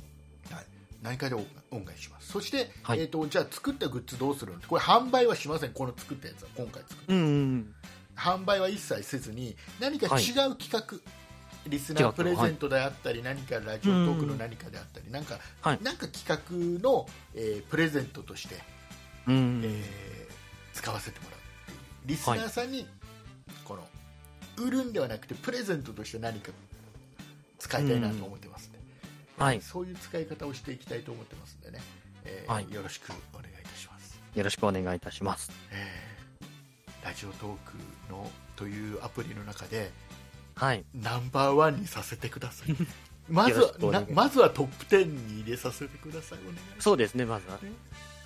B: はい、何回でお恩返ししますそして、
C: はい
B: えー、とじゃあ作ったグッズどうするのこれ販売はしませんこの作ったやつは今回作った
C: うん。
B: 販売は一切せずに何か違う企画、リスナープレゼントであったり、何かラジオトークの何かであったり、なんか、
C: はい
B: なんか企画の、えープレゼントとして、
C: う
B: え
C: ん。
B: ー使わせてもらうっていうリスナーさんに、この売るんではなくてプレゼントとして何か使いたいなと思ってますね、
C: はい。
B: そういう使い方をしていきたいと思ってますんでね、えー
C: はい
B: よろしくお願いいたします。
C: よろしくお願いいたします。
B: えーラジオトークのというアプリの中で
C: はい。
B: ナンバーワンにさせてくだ
C: (laughs)
B: さいまずは
C: よろしくお願い
B: なまずはトップ10に入れさせてくださいお願い
C: そうですね、まずは。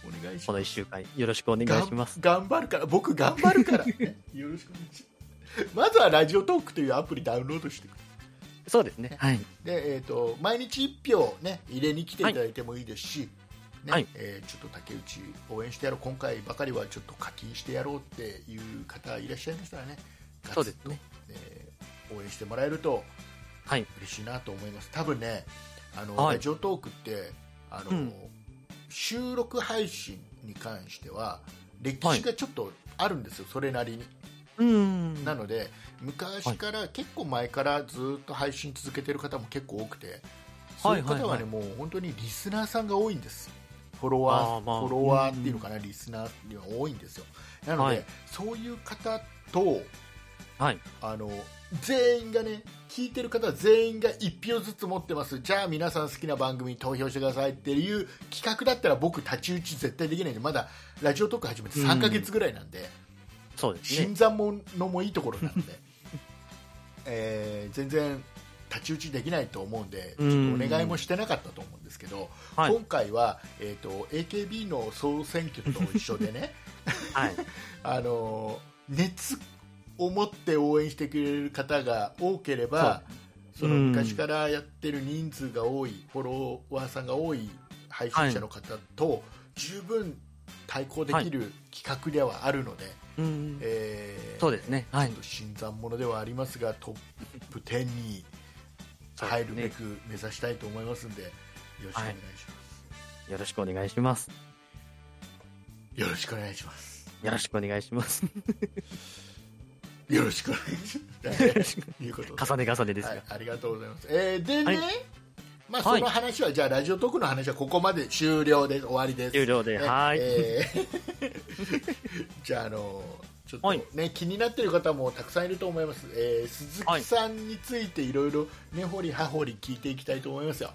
B: お願いし
C: こ
B: ま
C: の
B: す
C: 一週間、よろしくお願いします。
B: がん頑張るから僕頑張るから、ね、 (laughs) よろしくお願いしますまずはラジオトークというアプリダウンロードしてくださ
C: そうですね。はい。
B: いで、えー、と毎日1票、ね、入れに来ていただいてもいいですし、ね
C: はい
B: えーちょっと竹内応援してやろう今回ばかりはちょっと課金してやろうっていう方いらっしゃいましたらねガツッと
C: そうですね
B: えー応援してもらえると
C: はい。
B: 嬉しいなと思います多分ねあの、
C: はい
B: ラジオトークってあの、
C: うん
B: 収録配信に関しては歴史がちょっとあるんですよ、それなりに、
C: うん。
B: なので昔から、結構前からずっと配信続けてる方も結構多くてそういう方はね、
C: はいはいはい
B: もう本当にリスナーさんが多いんですフォロワ
C: あ
B: ー
C: ーまあ
B: フォロワーっていうのかな、リスナーには多いんですよなので、
C: はい
B: そういう方と
C: はい。
B: あの全員がね聞いてる方は全員が1票ずつ持ってますじゃあ皆さん好きな番組に投票してくださいっていう企画だったら僕太刀打ち絶対できないんでまだラジオトーク始めて3ヶ月ぐらいなんで、
C: そうですね
B: 新。参者もいいところなので、 (laughs) えー全然太刀打ちできないと思うんでちょ
C: う
B: っ
C: ん
B: とお願いもしてなかったと思うんですけど、
C: はい
B: 今回は、えー、と AKB の総選挙と一緒で
C: (laughs)
B: ね
C: はい。
B: あの熱を持って応援してくれる方が多ければそ
C: そう
B: の
C: うん
B: 昔からやってる人数が多い、フォロワーさんが多い配信者の方と十分対抗できる企画ではあるので、
C: うん。
B: えー
C: そうですね。は
B: ち
C: い
B: ょっ。と新参者ではありますがトップ10に
C: そう
B: 入
C: で
B: る
C: す
B: べ
C: ね。
B: く目指したいと思いますんでよろしくお願いします、
C: よろしくお願いします。
B: よろしくお願いします
C: よろしくお願いします。
B: よろしくお願いし
C: (laughs)
B: ます。ということで
C: 重ね重ねです
B: は
C: が
B: い。、ありがとうございます。えーでね、
C: はい
B: まあ、
C: は
B: そ
C: い
B: の話は、じゃあ、ラジオトークの話はここまで終了です。終わりです。
C: 終了で
B: ね
C: はい
B: えー (laughs) じゃあ、あのちょっと
C: はい
B: ね、気になってる方もたくさんいると思います。えー鈴木さんについていろいろ根掘り葉掘り聞いていきたいと思いますよ。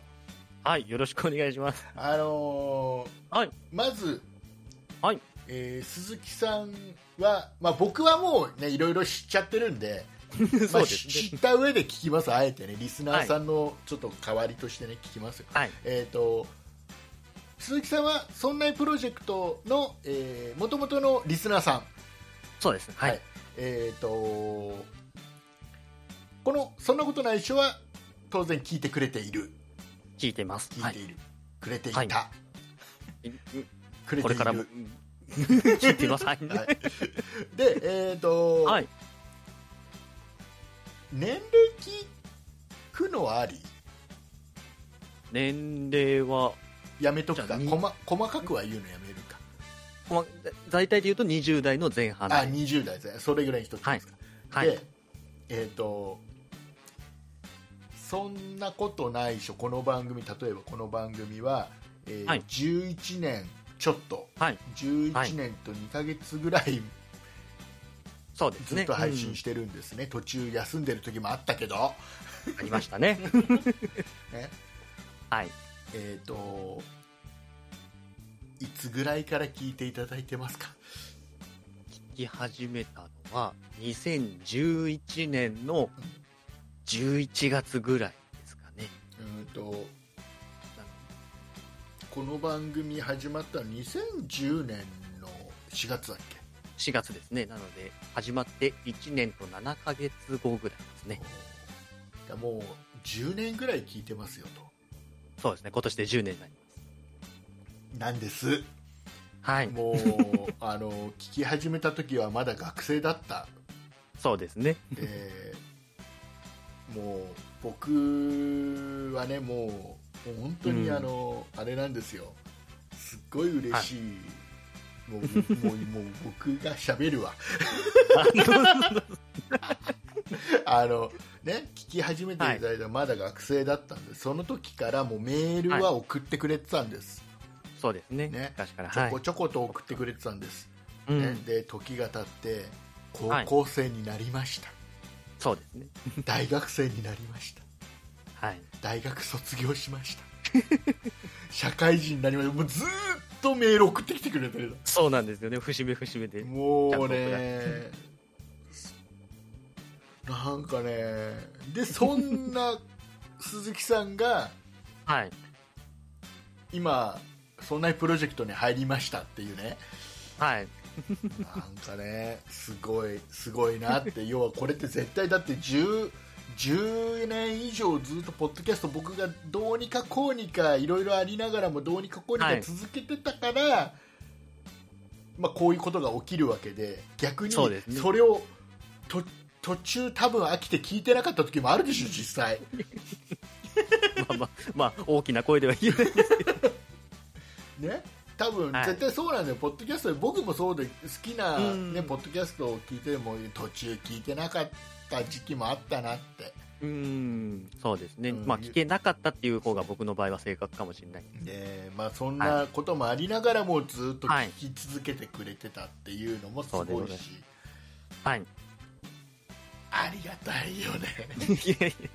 C: はい。よろしくお願いします。
B: あのー
C: はい。
B: まず、
C: (laughs) はい。
B: えー鈴木さんは、まあ、僕はもうねいろいろ知っちゃってるんでま
C: (laughs) そう
B: あ
C: ですね
B: 知った上で聞きますあえてねリスナーさんのちょっと代わりとしてね聞きますよ、
C: はい。
B: えー、と鈴木さんは「そんなプロジェクトの」えー、元々のリスナーさん、
C: そうですね。は
B: はいい。えー、とこの「そんなことないっしょ」は当然聞いてくれている
C: 聞いてます。
B: 聞
C: はい
B: ている、くれていた、
C: はいい
B: くれている
C: これから (laughs) も。聞いてます。はい。
B: はい、でえっ、と、
C: はい。
B: 年齢聞くのあり
C: 年齢は、
B: やめとく
C: じゃ
B: か
C: あに
B: こま細かくは言うのやめるか
C: ま、大体で言うと20代の前半
B: あ
C: で
B: 20代ですねそれぐらいにしときますか、
C: はい。
B: でえっ、とそんなことないでしょこの番組例えばこの番組は、えー
C: はい
B: 11年ちょっと
C: はい。はい
B: 11年と2ヶ月ぐらい
C: そうです
B: ず
C: ね。
B: っと配
C: う
B: 信
C: ん
B: してるんですね、途中休んでる時もあったけど、
C: ありましたね。
B: ね
C: はい。
B: えっ、といつぐらいから聞いていただいてますか
C: 聞き始めたのは、2011年の11月ぐらいですかね。
B: うーんとこの番組始まったの2010年の4月だっ
C: 4月ですね。なので、始まって1年と7ヶ月後ぐらいですね。
B: だからもう10年ぐらい聞いてますよと
C: そうですね。今年で10年になります。
B: なんです
C: はい。
B: もうあの聞き始めた時はまだ学生だった
C: そうです (laughs) ね。
B: でもう僕はねもうもう本当に
C: うん
B: あの、あれなんですよすっごい嬉しい、もうもうもう僕が喋るわあのね聞き始めていただいたらまだ学生だったんで、その時からもうメールは送ってくれてたんです、
C: そうですね。
B: ね
C: 昔から。
B: ちょ
C: はい
B: こ。ちょこと送ってくれてたんです、
C: う
B: ね
C: ん、
B: で時が経って高
C: はい
B: 校生になりました、
C: そうですね。
B: 大学生になりました
C: はい。
B: 大学卒業しました
C: (laughs)
B: 社会人になりましたもうずーっとメール送ってきてくれてる
C: そうなんですよね。節目節目で。
B: もうねなんかねでそんな鈴木さんが
C: はい。
B: 今そんなプロジェクトに入りましたっていうね
C: はい。
B: なんかねすごいすごいなって要はこれって絶対だって 10, 10年以上ずっとポッドキャスト僕がどうにかこうにかいろいろありながらもどうにかこうに
C: は
B: か
C: い
B: 続けてたから、まあ、こういうことが起きるわけで逆に
C: そうですね
B: それをと途中多分飽きて聞いてなかった時もあるでしょ実際
C: まあまあ、まあ、大きな声では言えないです。
B: ね多分
C: はい
B: 絶対そうなんだよ、ポッドキャストで僕もそうで好きな、
C: うん
B: ね、ポッドキャストを聞いても途中聞いてなかった時期もあったなって
C: うん。そうですね。
B: うん
C: まあ、聞けなかったっていう方が僕の場合は正確かもしれない。
B: で、まあ、そんなこともありながらもずっと
C: はい
B: 聞き続けてくれてたっていうのもすごい
C: そう
B: し、
C: です (laughs) はい。
B: ありがたいよね (laughs)
C: いやいや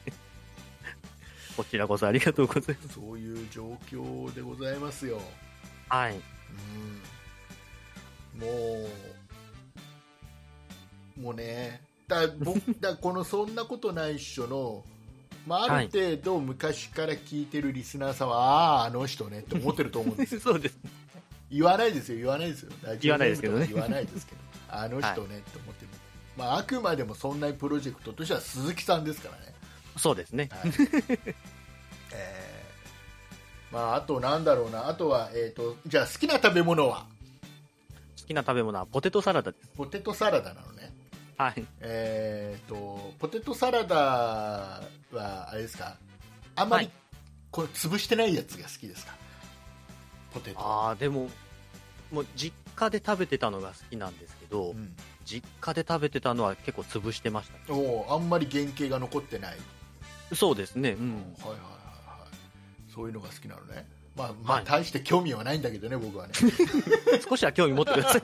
C: こちらこそありがとうございます。
B: そういう状況でございますよ、
C: はい。
B: うん、もうもうねだ
C: (laughs)
B: 僕だこの「そんなことないっしょの」まあ、ある程度昔から聞いてるリスナーさんは、あああの人ねって思ってると思うん
C: (laughs)
B: ですよ
C: (laughs) そうです。
B: 言わないですよ言わないですよ
C: 言わないですけどね
B: 言わないですけどあの人ねって思ってる、まあ、あくまでもそんなプロジェクトとしては鈴木さんですからね、
C: そうですね。
B: はいえーまあ、あとなんだろうなあとは、えー、とじゃあ好きな食べ物は
C: 好きな食べ物はポテトサラダです。
B: ポテトサラダなのね
C: はい。
B: えー、とポテトサラダはあれですかあんまり
C: はい
B: これ潰してないやつが好きですかポテト、
C: ああ、でも、もう実家で食べてたのが好きなんですけど、
B: うん、
C: 実家で食べてたのは結構潰してました、ね。
B: おーあんまり原型が残ってない
C: そうですね。う
B: うん
C: ん。
B: はいはいはいはいそういうのが好きなのねまあまあ
C: はい
B: 大して興味はないんだけどね僕はね
C: (laughs)
B: (laughs)
C: 少しは興味持ってください。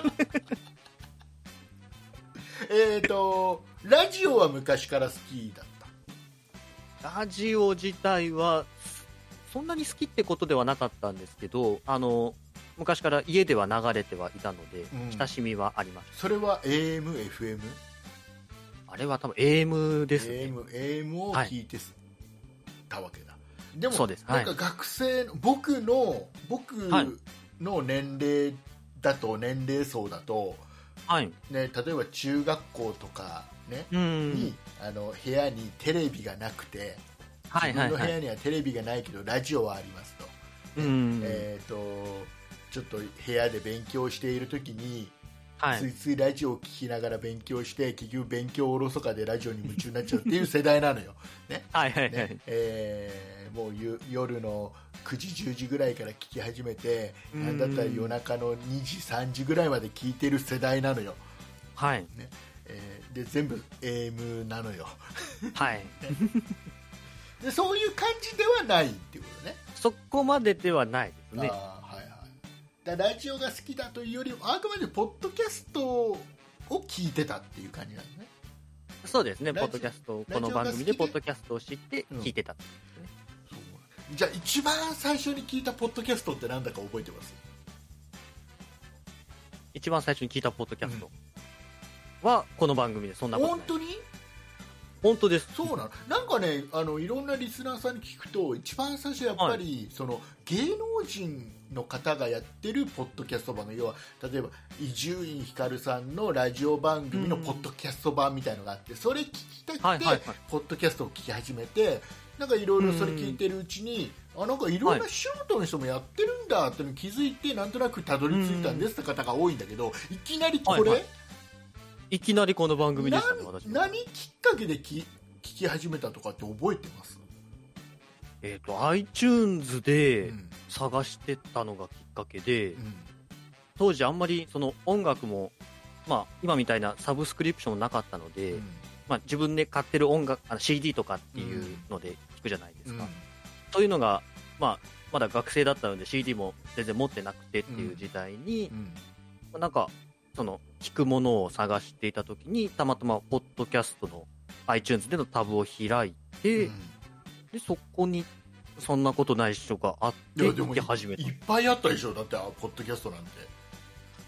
B: えっとラジオは昔から好きだった
C: ラジオ自体は、そんなに好きってことではなかったんですけど、あの、昔から家では流れてはいたので、
B: ん
C: 親しみはありまし
B: それは AMFM?AM
C: た。あれは多分 AM ですね。
B: AM を聞いてたわけだ、でも
C: そうですはい
B: なんか学生の僕の僕
C: はい
B: の年齢だと年齢層だと、
C: はい。
B: ね、例えば中学校とか、ね
C: うん
B: に。あの部屋にテレビがなくて
C: はいは
B: 自分
C: い
B: の
C: は
B: 部
C: い。
B: 屋にはテレビがないけどラジオはありますと,、
C: うん。
B: えー、とちょっと部屋で勉強している時に、
C: は
B: つい
C: い。
B: ついラジオを聞きながら勉強して結局勉強おろそかでラジオに夢中になっちゃうっていう世代なのよ、
C: はいはいは
B: ね
C: い。
B: えーもうゆ夜の9時10時ぐらいから聞き始めて
C: うん
B: なんだったら夜中の2時3時ぐらいまで聞いてる世代なのよ、
C: はい。
B: えーで全部 AM なのよ
C: はい。
B: でそういう感じではないっていうことね
C: そこまでではないですね
B: あ。ーはいはいだラジオが好きだというよりもあくまでポッドキャストを聞いてたっていう感じなんですね
C: そうですね、
B: ラジオ
C: ポッドキャストを、
B: ラジ
C: こ
B: オが
C: の
B: 好きで
C: 番組でポッドキャストを知って
B: うん
C: 聞いてた。
B: じゃあ一番最初に聞いたポッドキャストってなんだか覚えてます
C: 一番最初に聞いたポッドキャストは、この番組で、そんなこと
B: 本
C: ない。
B: 当に
C: 本当です。
B: そうなのなんかねあのいろんなリスナーさんに聞くと一番最初やっぱり、その芸能人の方がやってるポッドキャスト版の要は例えば伊集院光さんのラジオ番組のポッドキャスト版みたいのがあって、それ聞きたくて、
C: はいはいはい
B: ポッドキャストを聞き始めてなんかいろいろそれ聞いてるうちに、あなんかいろんな素人の人もやってるんだってのに気づいてなんとなくたどり着いたんですって方が多いんだけどいきなりこれ、
C: はいはいいきなりこの番組でしたね、
B: なん
C: 私も。
B: 何きっかけでき聞き始めたとかって覚えてます、
C: えっ、と、iTunes で
B: うん
C: 探してたのがきっかけで、
B: うん
C: 当時あんまりその音楽も、まあ、今みたいなサブスクリプションもなかったので、まあ、自分で買ってる音楽、あの CD とかっていうので聞くじゃないで
B: う
C: す
B: ん
C: か。というのが、まあ、まだ学生だったので CD も全然持ってなくてっていう時代に、
B: うん
C: まあなんか、その、聞くものを探していたときに、たまたま、ポッドキャストの iTunes でのタブを開いて、
B: うん
C: で、そこに、そんなことない人があっ
B: い
C: て、
B: やでも
C: 聞き始めた
B: い。っぱいあったでしょだってあポッドキャストなんて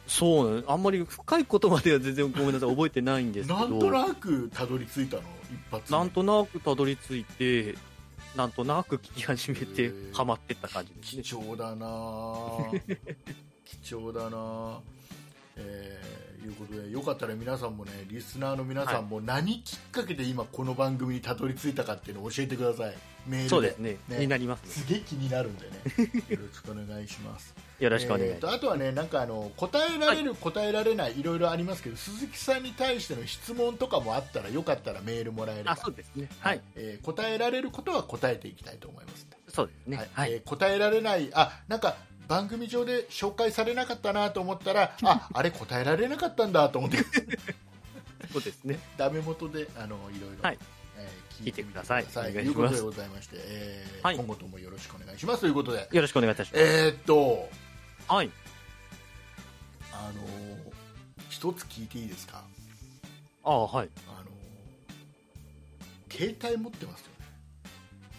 C: そうね、あんまり深いことまでは全然ごめんなさい、覚えてないんですけ
B: な
C: ど、
B: んとなくたどり着いたの一発目
C: なんとなくたどり着いて、なんとなく聞き始め
B: へ
C: て
B: ー、
C: ハマってった感じですね。
B: 貴重だなぁ貴重だなぁえーいうことでよかったら皆さんもねリスナーの皆さんも何きっかけで今この番組にたどり着いたかっていうのを教えてくださいメールで
C: そうですね、
B: ね
C: になりますね。
B: すげえ気になるんでねよろしくお願いします
C: よろしくお願い
B: えー
C: し
B: と
C: ます。
B: あとはねなんかあの答えられる、答えられないいろいろありますけど鈴木さんに対しての質問とかもあったらよかったらメールもらえれば
C: あ、そうですね。はい。
B: えー答えられることは答えていきたいと思います、
C: そうですね。は
B: え
C: い。
B: ー答えられないあなんか番組上で紹介されなかったなと思ったら
C: (laughs)
B: ああれ答えられなかったんだと思って (laughs)
C: そうですね。
B: ダメ元であのいろいろ、
C: はい
B: えー
C: 聞いてください
B: 聞てみてと
C: お願い
B: い
C: し
B: うことで
C: ます
B: ございまして、えー
C: はい
B: 今後ともよろしくお願いしますということで
C: よろしくお願いいたします。
B: えーっと
C: はい。
B: あの一つ聞いていいですか
C: ああ、はい。
B: あの携帯持ってますよね、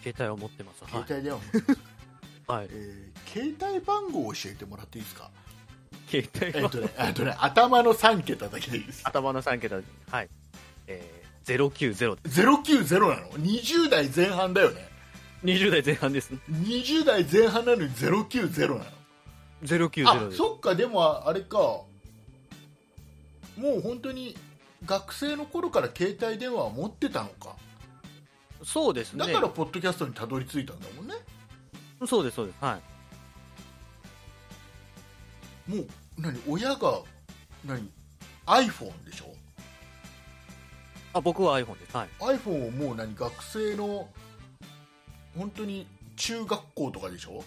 C: 携帯を持ってます。はい。
B: 携帯電話持ってます、
C: はい、
B: えー携帯番号を教えてもらっていいですか、
C: 携帯
B: えっ
C: は
B: とねえっとね、頭の3桁だけでいいです
C: 頭の3桁で、はい。えー、090です。
B: 090なの20代前半だよね
C: 20代前半ですね。
B: 20代前半なのに090なのあ
C: 090です。
B: そっかでもああれかもう本当に学生の頃から携帯電話を持ってたのか
C: そうですね。
B: だからポッドキャストにたどり着いたんだもんね
C: そうです、そうです。はい。
B: もう何親が何 iPhone でしょ
C: あ、僕は iPhone です。はい。
B: iPhone をもう何学生の本当に中学校とかでしょ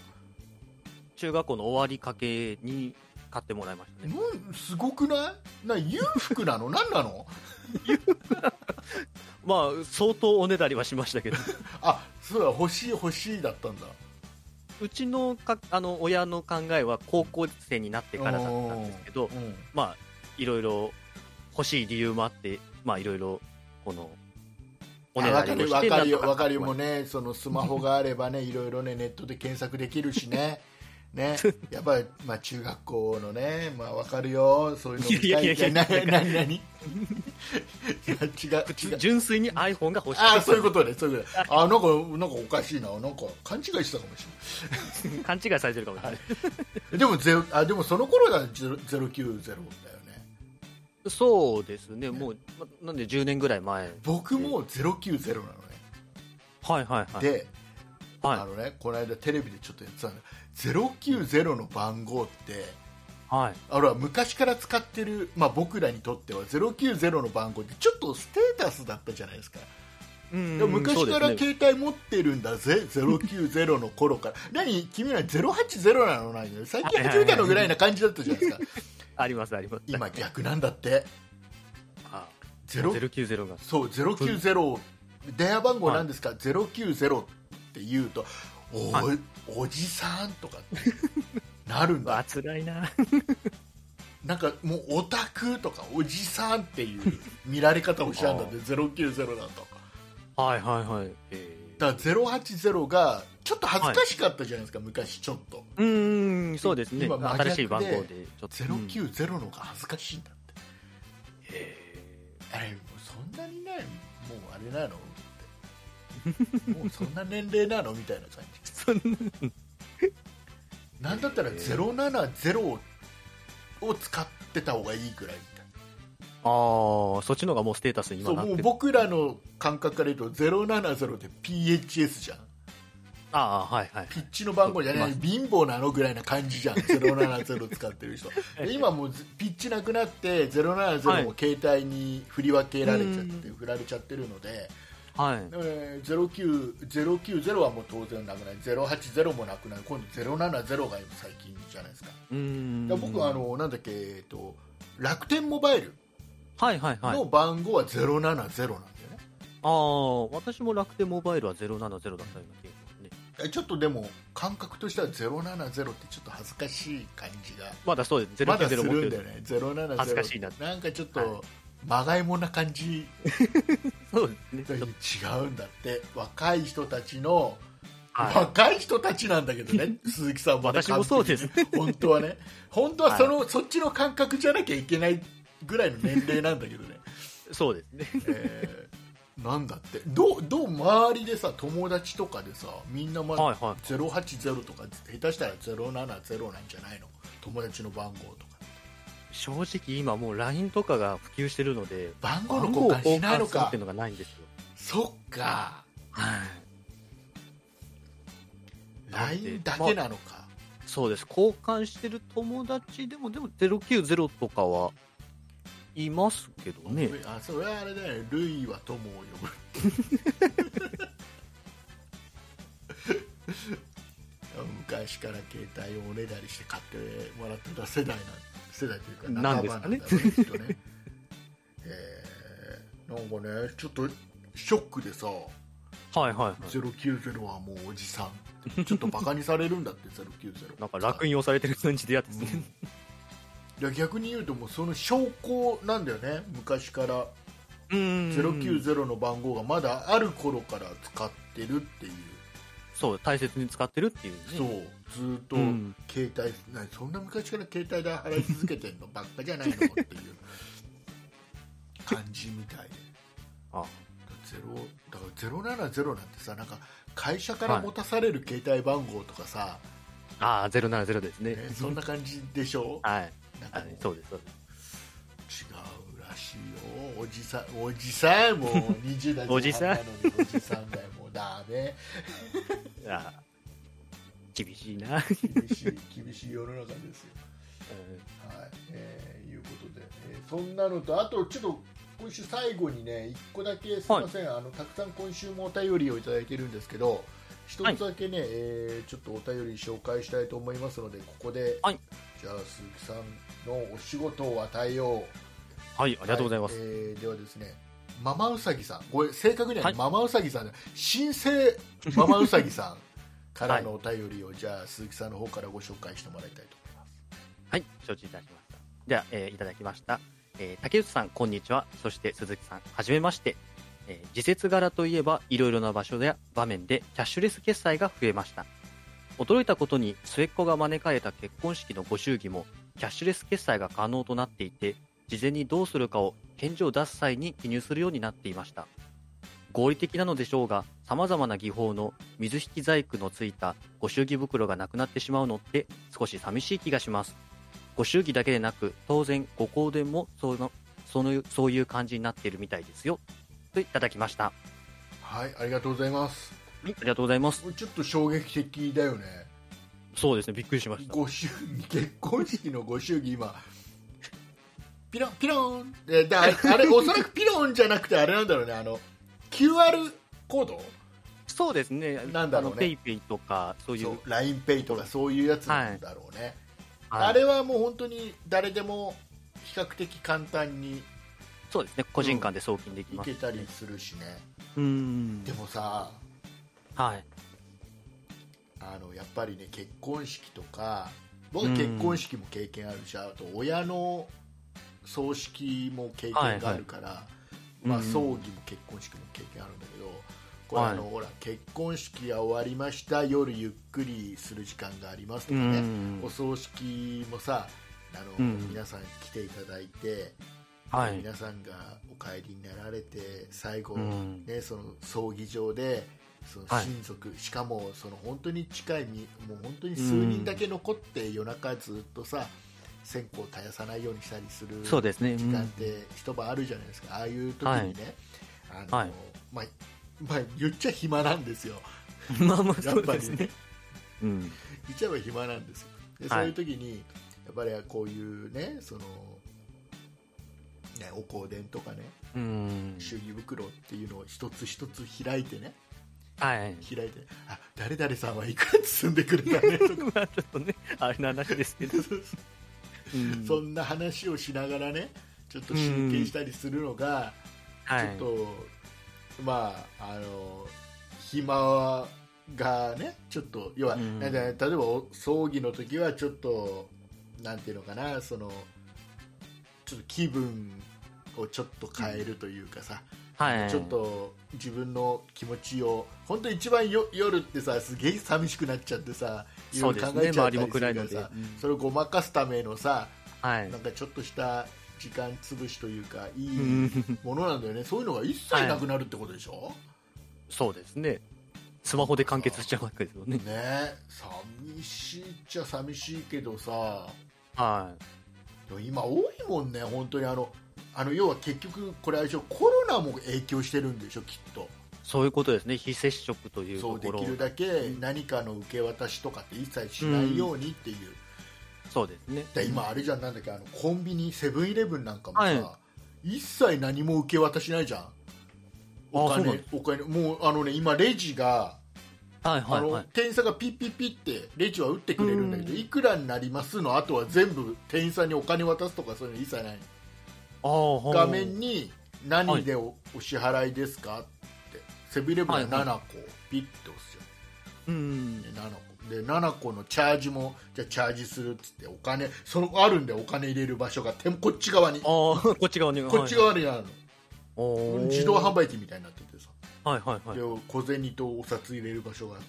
C: 中学校の終わりかけに買ってもらいましたね。
B: なんすごくないな裕福な
C: (laughs)
B: の何なの
C: まあ、相当おねだりはしましたけど、
B: あそうだ欲しい欲しいだったんだ
C: (laughs) うちのか、あの、親の考えは高校生になってからだったんですけど
B: う、ん
C: まあ、いろいろ欲しい理由もあって、まあ、いろいろ、この、おねだ
B: わ
C: り
B: か
C: を
B: る
C: し
B: わ
C: て
B: かる
C: な
B: よ
C: んと
B: わかるよもうねそのスマホがあればねいろいろねネットで検索できるし
C: (laughs)
B: ねね、やっぱり、まあ、中学校のね、まあ、わかるよ、そういうの
C: いやいやいやいや
B: なななに (laughs) いや違う、違う、
C: 純粋に iPhone が欲しい。
B: あ
C: (laughs)
B: あそういうことねそういうことねあーなんかなんかおかしいななんか勘違いしてたかもし
C: (laughs) 勘違いされてるかもしれない。
B: れないでもゼロあでもその頃がゼロ090だよね
C: そうですね、もう、まなんで10年ぐらい前。
B: 僕も090なのね、
C: はいはいはい。
B: で、あ
C: は
B: のねこの間テレビでちょっとやってたんだ090の番号って
C: い。はい。
B: あれは昔から使ってる、まあ、僕らにとっては090の番号ってちょっとステータスだったじゃないですか
C: うん
B: でも昔から
C: そうですね
B: 携帯持ってるんだぜ、090の頃から何君ら080なのなん最近始めたのぐらいな感じだったじゃないですか
C: ありますあります。
B: 今逆なんだって
C: あ
B: ゼロ
C: 090が。
B: そう090電話番号なんですか、090って言うとお,、
C: は
B: おじさんとかって (laughs) なるん
C: うわ
B: だ
C: あ、辛いな。
B: なんかもうオタクとかおじさんっていう見られ方をしたんだって090だと
C: はいはいはい。えー
B: だから080がちょっと恥ずかしかったじゃないですか、昔ちょっと
C: うーん、そうですね。
B: 今真逆で
C: 新しい番号で、ちょっと。うん
B: 090の方が恥ずかしいんだって、
C: え
B: あれもうそんなにないもうあれなのって (laughs) もうそんな年齢なのみたいな感じ (laughs)
C: ーそんな
B: なんだったら070を使ってた方がいいぐらいみたいな
C: ああ、そっちの方がもうステータスに
B: そ
C: 今
B: う
C: なっ
B: も
C: て
B: う
C: る。
B: 僕らの感覚から言うと070って PHS じゃん
C: ああ、はいはい。
B: ピッチの番号じゃない
C: そう
B: 貧乏なのぐらいな感じじゃん070使って
C: (laughs)
B: る人で今もうずピッチなくなって
C: は
B: 070
C: い
B: も携帯に振り分けられちゃって、振られちゃってるので
C: はい。
B: えー09 090はもう当然なくない080もなくない今度070が今最近じゃないですか
C: うーん。
B: だから僕はあ、のなんだっけ、えっと、楽天モバイル
C: はいはいはい。
B: の
C: あ
B: 番号は070なんだよね、
C: あー、私も楽天モバイルは070だったような気がしますね。
B: えちょっとでも感覚としては070ってちょっと恥ずかしい感じが
C: まだそうです。
B: まだす
C: 090持っ
B: る
C: て
B: んだよ
C: る。
B: ね070
C: 恥ずかしいな
B: なんかちょっ
C: は
B: とまがいもんな感じ
C: そうです
B: 違
C: ね。
B: うんだって若い人たちの、
C: はい。
B: 若い人たちなんだけどね
C: (laughs)
B: 鈴木さんもね
C: 私もそうです
B: 完璧に本当はね本当はその、そっちの感覚じゃなきゃいけないぐらいの年齢なんだけどね
C: そうですね。
B: えーなんだってどうどう周りでさ友達とかでさみんなま
C: はいは
B: 080とか下手したら070なんじゃないの友達の番号とか
C: い。正直今もう LINE とかが普及してるので、
B: 番号の
C: 番
B: 交
C: 号を
B: 換
C: 交
B: しない
C: 換
B: の
C: するっ
B: か
C: ていうのがないんですよ。
B: そっか
C: はい。だって
B: LINE だけなのか、
C: そうです交換してる友達でもでも090とかはいますけどね
B: あそれはあれだよねルイは友を呼ぶ (laughs) 昔から携帯をおねだりして買ってもらってた世代なん世代というか
C: なん
B: 仲
C: で
B: 間
C: す
B: な
C: か
B: んだ
C: ね
B: ろうねきっとね (laughs) えーなんかねちょっとショックでさ
C: はいはいはい
B: 090はもうおじさんちょっとバカにされるんだって090
C: (laughs) なんか楽印をされてる感じでやつですね、
B: いや逆に言うともうその証拠なんだよね昔から
C: うん、うん
B: 090の番号がまだある頃から使ってるっていう、
C: そう大切に使ってるっていうね
B: そうずーっと
C: うん
B: 携帯、なそんな昔から携帯代払い続けてんのばっかじゃないのっ
C: (laughs)
B: ていう感じみたいで
C: あ
B: ゼロだから070なんてさなんか会社から持たされる携帯番号とかさ、
C: あー070ですね
B: ねそんな感じでしょ
C: はい
B: なんか
C: は
B: もう
C: いそうですそうで
B: 違うらしいよおじさんおじさんもう20代
C: おじさん
B: 前半なのにおじさんだよもうダメ
C: すあー厳しいな、
B: 厳しい厳しい世の中ですよはい、えーいうことで、えーそんなのとあとちょっと今週最後にね一個だけすいません、あのたくさん今週もお便りをいただいてるんですけど一つだけね、えーちょっとお便り紹介したいと思いますのでここで、
C: はい
B: じゃあ鈴木さんのお仕事を与えようあ
C: はいありがとうございます、
B: えーではですねママウサギさんこれ正確にはね、
C: はい
B: ママウサギさんじゃない新生ママウサギさんからのお便
C: (laughs)
B: りを、じゃあ鈴木さんの方からご紹介してもらいたいと思います
C: はい、承知いたしました。では、えーいただきました。えー竹内さん、こんにちは。そして鈴木さん、はじめまして。えー、時節柄といえば、いろいろな場所や場面でキャッシュレス決済が増えました。驚いたことに、末っ子が招かれた結婚式のご祝儀も、キャッシュレス決済が可能となっていて、事前にどうするかを返事を出す際に記入するようになっていました。合理的なのでしょうが、様々な技法の水引き細工のついたご祝儀袋がなくなってしまうのって、少し寂しい気がします。ご祝儀だけでなく当然ご香典もそのそのそういう感じになっているみたいですよといただきました
B: は
C: はい
B: いありがとうございます
C: ありがとうございます
B: これちょっと衝撃的だよね
C: そうですねびっくりしました
B: ご祝儀結婚式のご祝儀今ピロンピロンえだあれあれおそらくピロンじゃなくてあれなんだろうねあの QR コード
C: そうですね
B: なんだろうね
C: あのペイペイとかそういう
B: そう LINEPay とかそういうやつなんだろうね、
C: はい
B: あれはもう本当に誰でも比較的簡単に
C: そうですね個人間で送金でき
B: い
C: ます
B: けたりするしね、
C: うん
B: でもさ
C: はい
B: あのやっぱりね結婚式とか僕は結婚式も経験あるし、あと親の葬式も経験があるから、
C: い
B: まあ、
C: うんうん
B: 葬儀も結婚式も経験あるんだけどこれ
C: はい
B: あの、ほら結婚式が終わりました夜ゆっくりする時間がありますと
C: う
B: かね、
C: ん
B: お葬式もさあの、
C: うん
B: 皆さん来ていただいて、
C: はい
B: 皆さんがお帰りになられて最後、
C: うん
B: ね、その葬儀場でその
C: はい
B: 親族、しかもその本当に近いみもう本当に数人だけ残って夜中ずっとさ線香を絶やさないようにしたりする
C: そうですね。う
B: 時間っ
C: ん、
B: て一晩あるじゃないですか、ああいう時にね、あの
C: はい
B: まあまあ、言っちゃ暇なんですよ、
C: まあまあ、
B: や
C: (laughs) そ
B: っ
C: う
B: ぱ
C: で
B: り
C: すね。うん。
B: 言っちゃえば暇なんですよで、
C: はい
B: そういう時にやっぱりこういうねそのねお香典とかね
C: うん。
B: 祝儀袋っていうのを一つ一つ開いてね
C: はい。
B: 開いてあ誰々さんはいくら包んでくれたねとか
C: (laughs) まあちょっとね、あれな話ですけど。 (laughs) う
B: (laughs)
C: ん
B: そんな話をしながらねちょっと集計したりするのが、
C: は
B: ちょっと、まああの暇がねちょっと要は、
C: うん
B: なんか例えばお葬儀の時はちょっとなんていうのかなそのちょっと気分をちょっと変えるというかさ、
C: はい。
B: ちょっ。と自分の気持ちを本当一番よ夜ってさすげえ寂しくなっちゃってさいろいろ考えちゃったりするから
C: そうですね周りも暗いので
B: さ
C: うん
B: それをごまかすためのさ
C: はい
B: なん。かちょっとした時間潰しというかいい、
C: うん
B: ものなんだよねそういうのが一切なくなるってことでしょ、
C: そうですね。スマホで完結しちゃうわけですよね。
B: ね寂しいっちゃ寂しいけどさ
C: は
B: でも今多いもんね本当にあのあの要は結局これあれでしょコロナも影響してるんでしょきっと
C: い。そういうことですね。非接触という
B: そ
C: と
B: うで
C: ころ
B: き。るだけ何かの受け渡しとかって一切しないようにっていう、
C: そうですね。
B: で今あれじゃんなんだっけあのコンビニセブンイレブンなんかもさ、
C: は
B: 一切何も受け渡しないじゃんお
C: そうなん
B: 金
C: で
B: お金もうあのね今レジが
C: はいは
B: あ
C: い
B: の
C: はい。
B: 店員さんがピッピッピッってレジは打ってくれるんだけど、
C: うん
B: いくらになりますのあとは全部店員さんにお金渡すとかそういうの一切ない
C: ああ、ほう
B: 画面に何でお,、お支払いですかってセブンイレブンは7個、
C: はい
B: ピッて押すよ
C: うん。
B: ね7個で7個のチャージもじゃあチャージするっつってお金そのあるんでお金入れる場所がてこっち側に
C: ああ、
B: こ
C: (laughs) こっち側に。
B: っち側にあるの、
C: はい。
B: 自動販売機みたいになっててさ、
C: 売。はいはいはい
B: で。小銭とお札入れる場所があって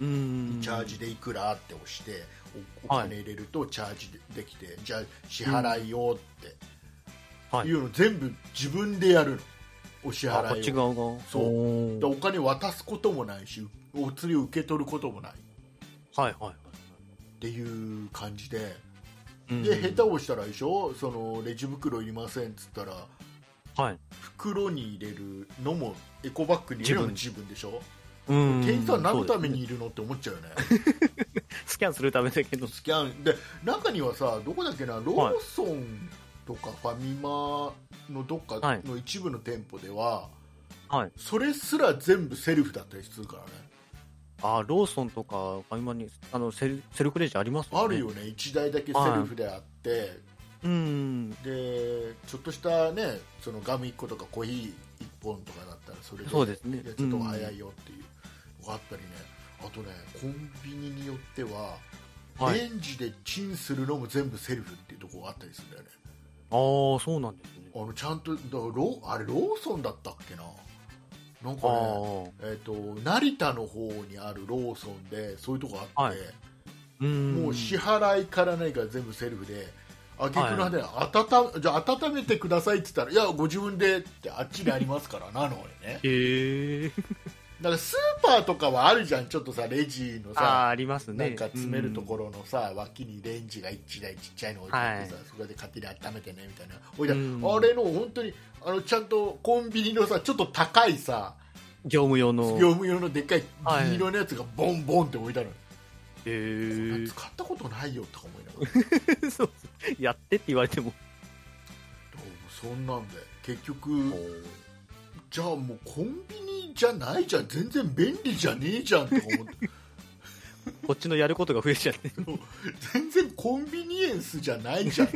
C: うん。
B: チャージでいくらって押しておお
C: はい
B: 金入れるとチャージできて、じゃあ支払いよって、、
C: はいいう
B: の全部自分でやるのお支
C: あこ
B: 払
C: っ
B: い
C: ち
B: を
C: 側が。
B: そう
C: う
B: でお金渡すこともないしお釣りを受け取ることもないっ
C: はいはいはい。
B: ていう感じで
C: うん
B: で下手をしたらでしょそのレジ袋いりませんっつったら
C: はい。
B: 袋に入れるのもエコバッグに入れるのも自
C: 自
B: 分でしょ
C: うん
B: 店員さん何のために
C: そう
B: いるのって思っちゃうよね
C: ですねスキャンするためだけど。
B: スキャンで中にはさどこだっけなローソンとかファミマのどっ
C: は
B: か
C: い
B: の一部の店舗では、
C: はい。
B: それすら全部セルフだったりするからね
C: あ、ローソンとか、ファミマに、あの、セルセルフレジあります
B: ある
C: よ
B: よ
C: ね。
B: ね1台だけセルフであって、
C: うん。
B: でちょっとしたねそのガム1個とかコーヒー1本とかだったらそれ
C: そうですね
B: いやちょっと早いよっていうのがあったりね、あとねコンビニによっては、
C: はい
B: レンジでチンするのも全部セルフっていうところがあったりするんだよね
C: ああ、そうなんですね。
B: あのちゃんとだからロあれローソンだったっけななん
C: あ
B: かね
C: あ。
B: えっと成田の方にあるローソンでそういうとこあって、
C: うん。
B: もう支払いから何から全部セルフで挙句の果てに温めじゃあ温めてくださいって言ったらいやご自分でってあっちにありますからなの方にね
C: へえ。
B: だからスーパーとかはあるじゃんちょっとさレジの
C: ああ、
B: さ
C: あります
B: な
C: ね。
B: んか詰めるところのさ、脇にレンジが1台ちっちゃいの置いてあってさ、そこで勝手に温めてねみたいな置いてある
C: うん
B: あれの本当にあのちゃんとコンビニのさちょっと高いさ
C: うん。業務用の。
B: 業務用のでっかい
C: はい
B: 銀色のやつがボンボンって置いてある、
C: へ
B: こん
C: え
B: な。使ったことないよとか思いながら
C: (laughs) そうそう。やってって言われても。
B: そんなんで結局じゃあもうコンビニじゃないじゃん全然便利じゃねえじゃんとか思って
C: こっちのやることが増えちゃって。
B: 全然コンビニエンスじゃないじゃん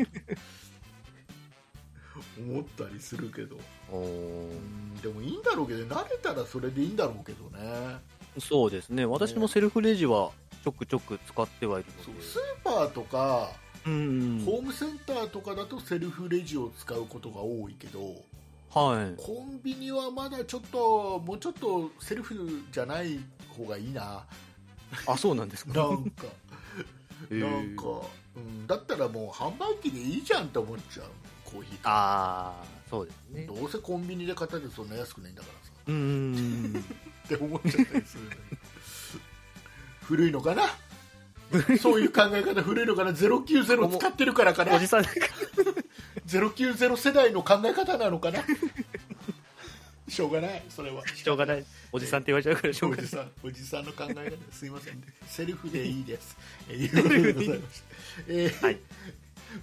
B: 思ったりするけどうんでもいいんだろうけど慣れたらそれでいいんだろうけどね
C: そうですね。私もセルフレジはちょくちょく使ってはいる
B: そ
C: の
B: う
C: で。
B: スーパーとか、
C: うん。
B: ホームセンターとかだとセルフレジを使うことが多いけど (laughs)
C: はい。
B: コンビニはまだちょっともうちょっとセルフじゃない方がいいな
C: あ、そうなんですか。
B: なんか
C: へえ
B: なんか、うん、だったらもう販売機でいいじゃんって思っちゃうコーヒーとか
C: ああ、そうですね。
B: どうせコンビニで買ったってそんな安くないんだからさ
C: うん。
B: って思っちゃったりする (laughs) んだけど古いの (laughs) かなそういう考え方古いのかな090使ってるからかな
C: おじさんなんか
B: 090世代の考え方なの (laughs) かなしょうがないそれは
C: しょうがないおじさんって言われちゃうからしょ
B: お
C: うがない
B: じさんおじさんの考え方すいませ (laughs) んセルフでいいですえーいうことでございましたえー
C: はい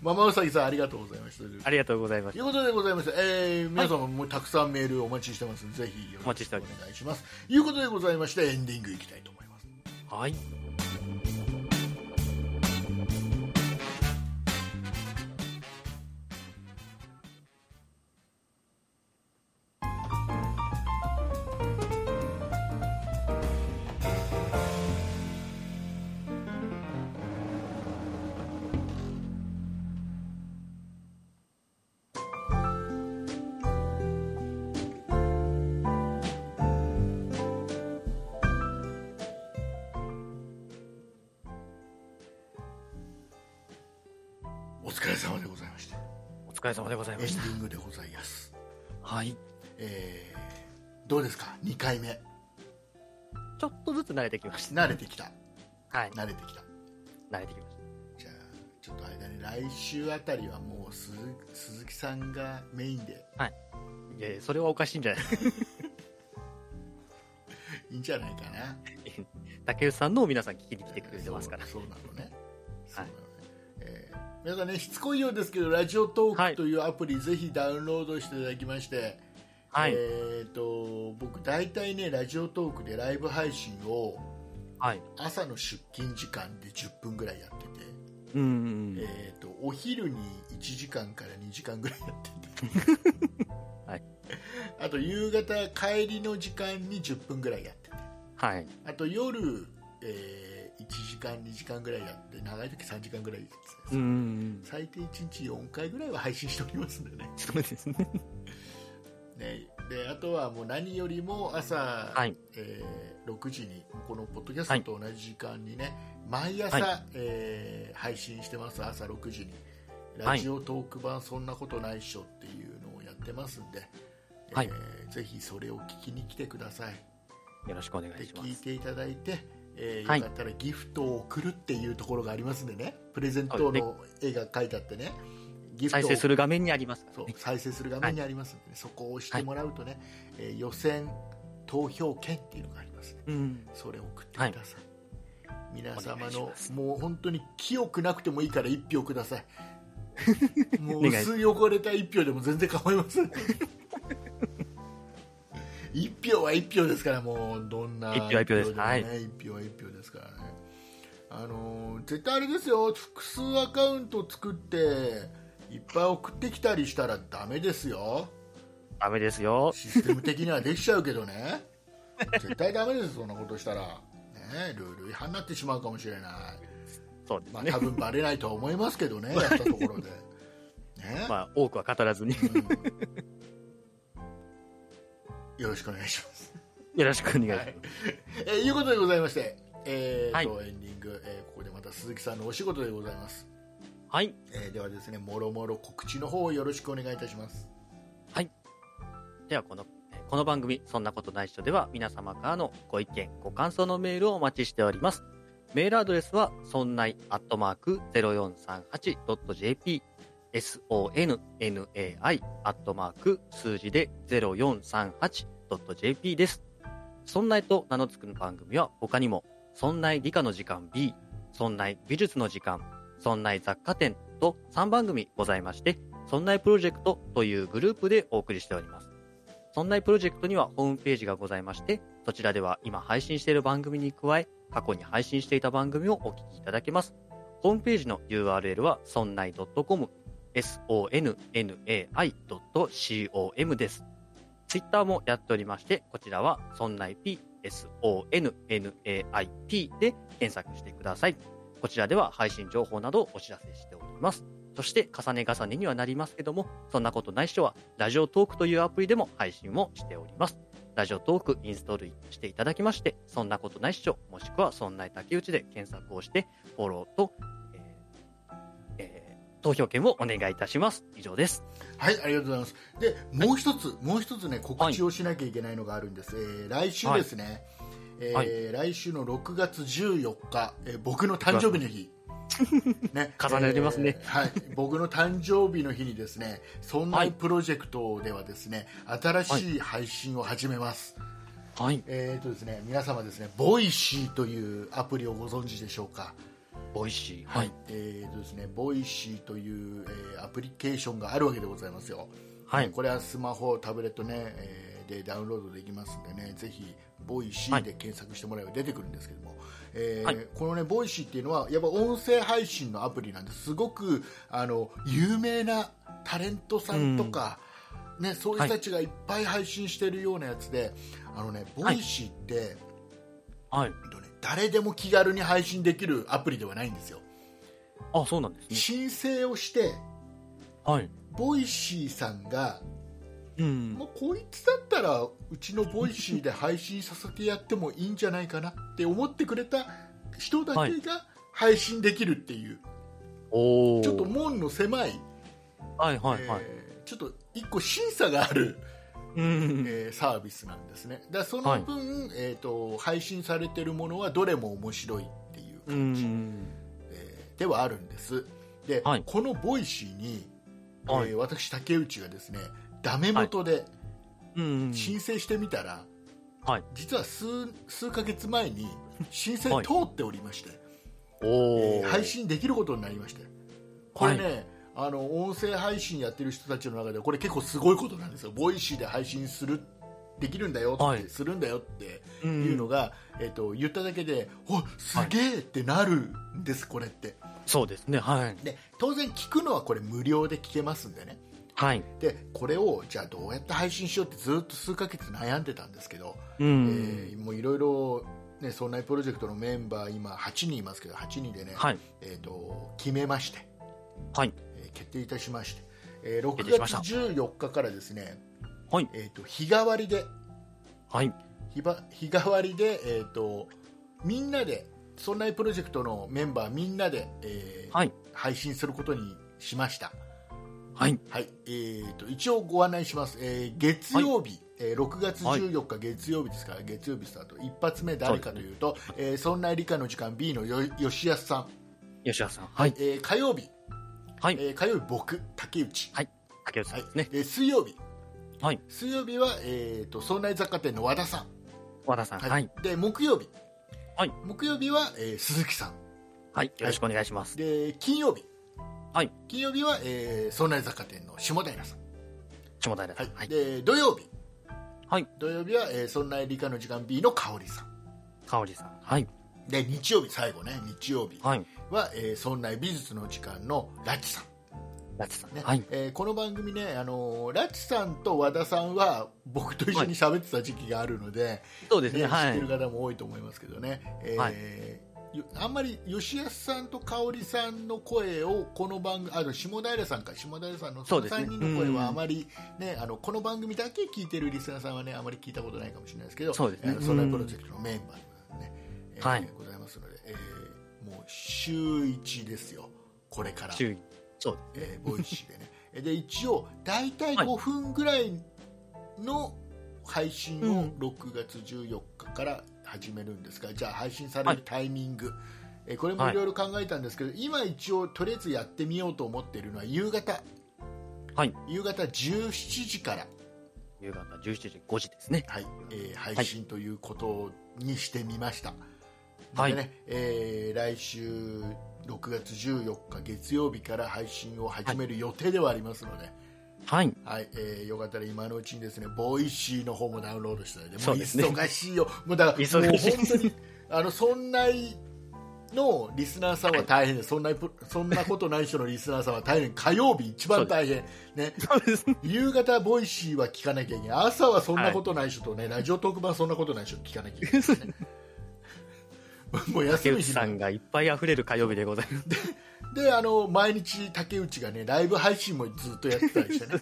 B: ママウサギさんありがとうございました
C: ありがとうございま
B: と
C: す
B: いうことでございまして、えー皆様もたくさんメールお待ちしてますのでぜひよ
C: お
B: ろ
C: 待ち
B: し
C: し
B: く
C: て
B: お
C: お
B: 願
C: りま
B: いしますということでございましてエンディングいきたいと思います
C: はい
B: お疲れ様でございました
C: お疲れ様でござい
B: エ
C: ま
B: ンデ
C: した
B: ィングでございます、
C: はい
B: えーどうですか2回目
C: ちょっとずつ慣れてきまし
B: 慣れてきた
C: たはい
B: 慣れてきた
C: 慣れてきまし
B: じゃあちょっとあれだね来週あたりはもう鈴鈴木さんがメインで
C: たいやいやそれはおかしいんじゃ (laughs) ない
B: いいんじゃないかな
C: 竹内さんのを皆さん聞きに来てくれてますから
B: そうそうなのねそう
C: は
B: ないのね、えー皆さんねしつこいようですけどラジオトー
C: は
B: ク
C: い
B: というアプリぜひダウンロードしていただきまして、
C: はい、
B: えっ、と僕大体ねラジオトークでライブ配信を
C: はい
B: 朝の出勤時間で10分ぐらいやってて、
C: うんうんうん
B: えー、とお昼に1時間から2時間ぐらいやってて、
C: (laughs) はい
B: あと夕方帰りの時間に10分ぐらいやってて
C: はい
B: あと夜、えー1時間2時間ぐらいやって長い時3時間ぐらいやって
C: う
B: て、
C: んうんうん
B: 最低1日4回ぐらいは配信しておりますんでね
C: そうですね
B: ねであとはもう何よりも朝、
C: はい
B: えー6時にこのポッドキャストと同じ時間にね、毎朝、
C: は
B: えー配信してます朝6時に
C: は
B: ラ
C: い
B: ジオトーク版そんなことないっしょっていうのをやってますんで、
C: はい
B: えーぜひそれを聞きに来てください
C: よろしくお願
B: で
C: いしま
B: 聞い
C: す
B: ていただいて、えー
C: はい
B: よかったらギフトを送るっていうところがありますんでねプレゼントの絵が書いてあってねギフトを
C: 再生する画面にありますか
B: そ
C: ら
B: う
C: ね
B: 再生する画面にありますんでね、そこを押してもらうとね、えー予選投票権っていうのがあります、ね、
C: うん
B: それを送ってください、皆
C: お
B: 様
C: 願いし
B: の
C: ます
B: もう本当に清くなくてもいいから1票くだ
C: (laughs)
B: さいもう
C: お願い
B: 薄汚れた1票でも全然構いません一票は一票ですからもうどんな
C: 一票は一票です
B: 一もね
C: はい
B: 一票は一票ですからねあのー絶対あれですよ複数アカウント作っていっぱい送ってきたりしたらダメですよ
C: ダメですよ
B: システム的にはできちゃうけどね絶対ダメですそんなことしたら、ね、ルール違反になってしまうかもしれない、
C: そうです
B: まあ、
C: ね
B: 多分バレないとは思いますけどねやったところで、ね
C: (laughs) まあ多くは語らずに
B: よろしくお願いします
C: よろしくお願いします、
B: はいえーいうことでございましてえーと、
C: は
B: エンディング、えーここでまた鈴木さんのお仕事でございます、
C: はい。
B: えーではですねもろもろ告知の方をよろしくお願いいたします
C: では、この、えーこの番組、そんなことないっしょでは、皆様からのご意見、ご感想のメールをお待ちしております。メールアドレスは、そんない、アットマーク、0438.jp、sonnai、アットマーク、数字で 0438.jp です。そんないと名の付く番組は、他にも、そんない理科の時間 B、そんない美術の時間、そんない雑貨店と3番組ございまして、そんないプロジェクトというグループでお送りしております。そんないプロジェクトにはホームページがございまして、そちらでは今配信している番組に加え、過去に配信していた番組をお聞きいただけます。ホームページの URL は、そんない .com、sonnai.com です。ツイッターもやっておりまして、こちらは、そんない p、sonnaip で検索してください。こちらでは配信情報などをお知らせしております。そして重ね重ねにはなりますけども、そんなことない人は、ラジオトークというアプリでも配信をしております。ラジオトークインストールしていただきまして、そんなことない人、もしくはそんな竹内で検索をして、フォローと、えーえ投票券をお願いいたします。以上です。
B: はい、ありがとうございます。で、もう一つ、もう一つね、告知をしなきゃいけないのがあるんです。えー来週ですね、えー
C: はい
B: 来週の6月14日、えー僕の誕生日の日。ね
C: 重なります (laughs) ね
B: えーはい、僕の誕生日の日にですね、そんなプロジェクトではですね、新しい配信を始めます。
C: はい。
B: えーとですね、皆様ですね、ボイシーというアプリをご存知でしょうか。
C: ボイシー。はい。
B: えーとですね、ボイシーという、えーアプリケーションがあるわけでございますよ。
C: はい。
B: これはスマホ、タブレットね、えーでダウンロードできますんでね、ぜひ、ボイシーで検索してもらえば出てくるんですけども、えー
C: はい
B: このね、ボイシーっていうのは、やっぱ音声配信のアプリなんです、すごくあの有名なタレントさんとか、ね、そういう人たちがいっぱい配信してるようなやつで、あのね、ボイシーって、
C: はい。
B: えっとね誰でも気軽に配信できるアプリではないんですよ。
C: あ、そうなんですね。
B: 申請をして、
C: はい。
B: ボイシーさんが
C: うん。
B: まあ、こいつだったらうちのボイシーで配信させてやってもいいんじゃないかなって思ってくれた人だけが配信できるっていう、
C: おお。
B: ちょっと門の狭い、
C: はいはいはい。
B: えーちょっと一個審査がある、
C: うん。
B: えーサービスなんですねだからその分、えー、と配信されてるものはどれも面白いっていう
C: う
B: 感じ、
C: ん。
B: えーではあるんですで、
C: はい
B: このボイシーに、えー
C: はい
B: 私竹内がですねダメ元で、
C: うん。
B: 申請してみたら、
C: はい
B: 実は数数ヶ月前に申請
C: はい
B: 通っておりまして、
C: お
B: え
C: お。
B: ー配信できることになりましてこれね、あの音声配信やってる人たちの中ではこれ結構すごいことなんですよボイシーで配信するできるんだよって、
C: はい
B: するんだよって
C: う。
B: いうんのが、えっと言っただけでおすげえってなるんです、これって
C: そうですね。はい。
B: で当然聞くのはこれ無料で聞けますんでね
C: はい。
B: でこれをじゃあどうやって配信しようってずっと数ヶ月悩んでたんですけど、
C: う
B: え
C: ん。
B: ーもういろいろ、ね、そんなプロジェクトのメンバー、今8人いますけど、8人でね、
C: はい。
B: えー、と決めまして、
C: はい。
B: えー決定いたしまして、えー
C: 決定し
B: 6
C: ました
B: 月14日からですね、
C: はい
B: えー、と日替わりで、
C: はい。
B: 日ば日替わりで、えー、とみんなで、そんなプロジェクトのメンバーみんなで、えー
C: はい。
B: 配信することにしました。
C: はい。
B: はい、えー、と一応ご案内します、えー月曜日、えー6月14日月曜日ですから、月曜日スタート、一発目、誰かというと、えーそんな理科の時間 B のよ吉安さん、
C: 吉田さん。はい。
B: えー火曜日、
C: はい
B: えー火曜日、僕、竹内、
C: 竹内さ
B: は
C: ん
B: い
C: ですね。
B: えー水曜日、
C: はい
B: 水曜日は、えー、とそんな雑貨店の和田さん、
C: 和田さん。はい。
B: で木曜日、
C: はい
B: 木曜日は、えー鈴木さん
C: はい。よろしくお願いします。
B: で、金曜日、
C: はい
B: 金曜日は、えー、そんな雑貨店の下平さん。は、
C: 下平さん。はいい。
B: で土曜日、
C: はい
B: 土曜日は、えー、そんな理科の時間 B の香織さん
C: 香織さん。はい。
B: で日曜日最後ね日曜日は、
C: はい。
B: えー、そんな美術の時間のラチさん、
C: ラチさん。
B: ね
C: はい。
B: えーこの番組ね、あのーラチさんと和田さんは僕と一緒に喋ってた時期があるので、
C: そうです
B: ね
C: ね。は
B: 知って。
C: い
B: る方も多いと思いますけどね、えー
C: はい
B: よあんまり吉安さんと香織さんの声をこの番組あの下平さんか下平さんの
C: そうですね
B: 3人の声
C: うん
B: はあまり、ねあのこの番組だけ聞いてるリスナーさんは、ね、あまり聞いたことないかもしれないですけど
C: そうですね
B: あのソナプロジェクトのメンバーで、ねえー
C: はい
B: ございますので、えーもう週1ですよ、これから。
C: 注意。そう。
B: えーボイシーでね (laughs) えで一応大体5分ぐらいの配信
C: う
B: を
C: ん
B: 6月14日から始めるんですが、じゃあ配信され
C: はい
B: るタイミング、えーこれもいろいろ考えたんですけど、今一応とりあえずやってみようと思っているのは夕方
C: はい。
B: 夕方17時から、
C: 夕方17時5時ですね。
B: はいえー配信ということにしてみました、
C: はい
B: のでねえー来週6月14日月曜日から配信を始める予定ではありますので、
C: はい。
B: はい、えー、よかったら今のうちにですね、ボイシーの方もダウンロードしていただいて、
C: そ
B: もう
C: うですね
B: 忙しいよ、もうだから、もう
C: 忙しい
B: 本当に、 (laughs) あの、そんなのリスナーさんは大変です、そんなプそんなことない人のリスナーさんは大変、火曜日一番大変、ね、
C: そうですね。
B: 夕方ボイシーは聞かなきゃいけない、朝はそんなことない人とね、ラジオ特番そんなことない人聞かなきゃいけないですね。
C: (laughs)
B: もう休
C: 竹
B: む
C: 内
B: 日
C: さ
B: なん
C: がいっぱい溢れる火曜日でございます。
B: であの毎日竹内がねライブ配信もずっとやってたりして
C: (laughs)
B: ね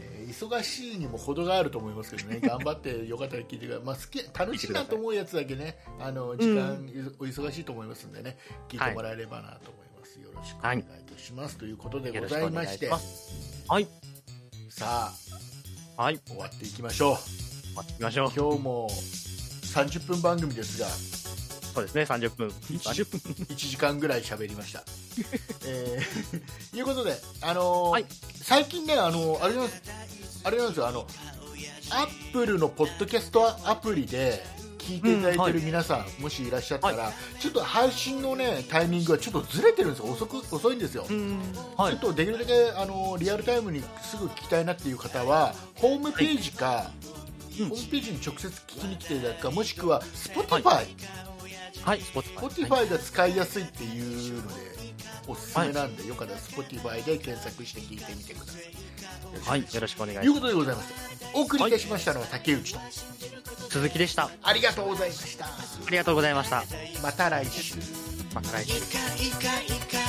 B: えー忙しいにも程があると思いますけどね頑張ってよかったら聞いてください、まあ、好き楽しいなと思うやつだけねあの時間、お忙しいと思いますんでね聞いてもらえればなと思います、ますよろしくお願いいたします、ということで
C: よ
B: ご
C: ろし
B: ざ
C: く
B: い
C: お
B: ま
C: 願い
B: し
C: してます。はい。
B: さあ
C: はい。
B: 終わっていきましょう
C: 待っていきましょう。
B: 今日も30分番組ですが
C: そうですね、30分。
B: 一
C: 30分。
B: 1時間ぐらい喋りま
C: (laughs)
B: した。えー (laughs) ということで、あのー
C: はい
B: 最近ね、あのーあれなんですあれなんですよあの、アップルのポッドキャストアプリで聞いていただいて
C: うんは
B: る
C: い
B: 皆さん、もしいらっしゃったら、ちょっと配信の、ね、タイミングがちょっとずれてるんですよ、遅く遅いんですよ。
C: うん。は
B: ちょ
C: い
B: っ。とできるだけあのーリアルタイムにすぐ聞きたいなっていう方はホームページか、
C: うん
B: ホームページに直接聞きに来ていただくかもしくは Spotify
C: はい、スポティファイ。は
B: Spotify
C: い
B: が使いやすいっていうのでおすすめなんで、よかったら Spotify で検索して聞いてみてください。
C: はい、よろしくお願い
B: と
C: し
B: いう
C: ます。
B: ことでございます。お送りいたしましたのは竹内と、
C: 鈴木でした。あ
B: ありがとうございました。
C: りがとうございました。
B: また来週。
C: また来週。
A: イカイカイカイカイカ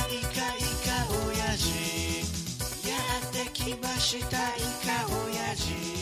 A: 親父やってきましたイカ親父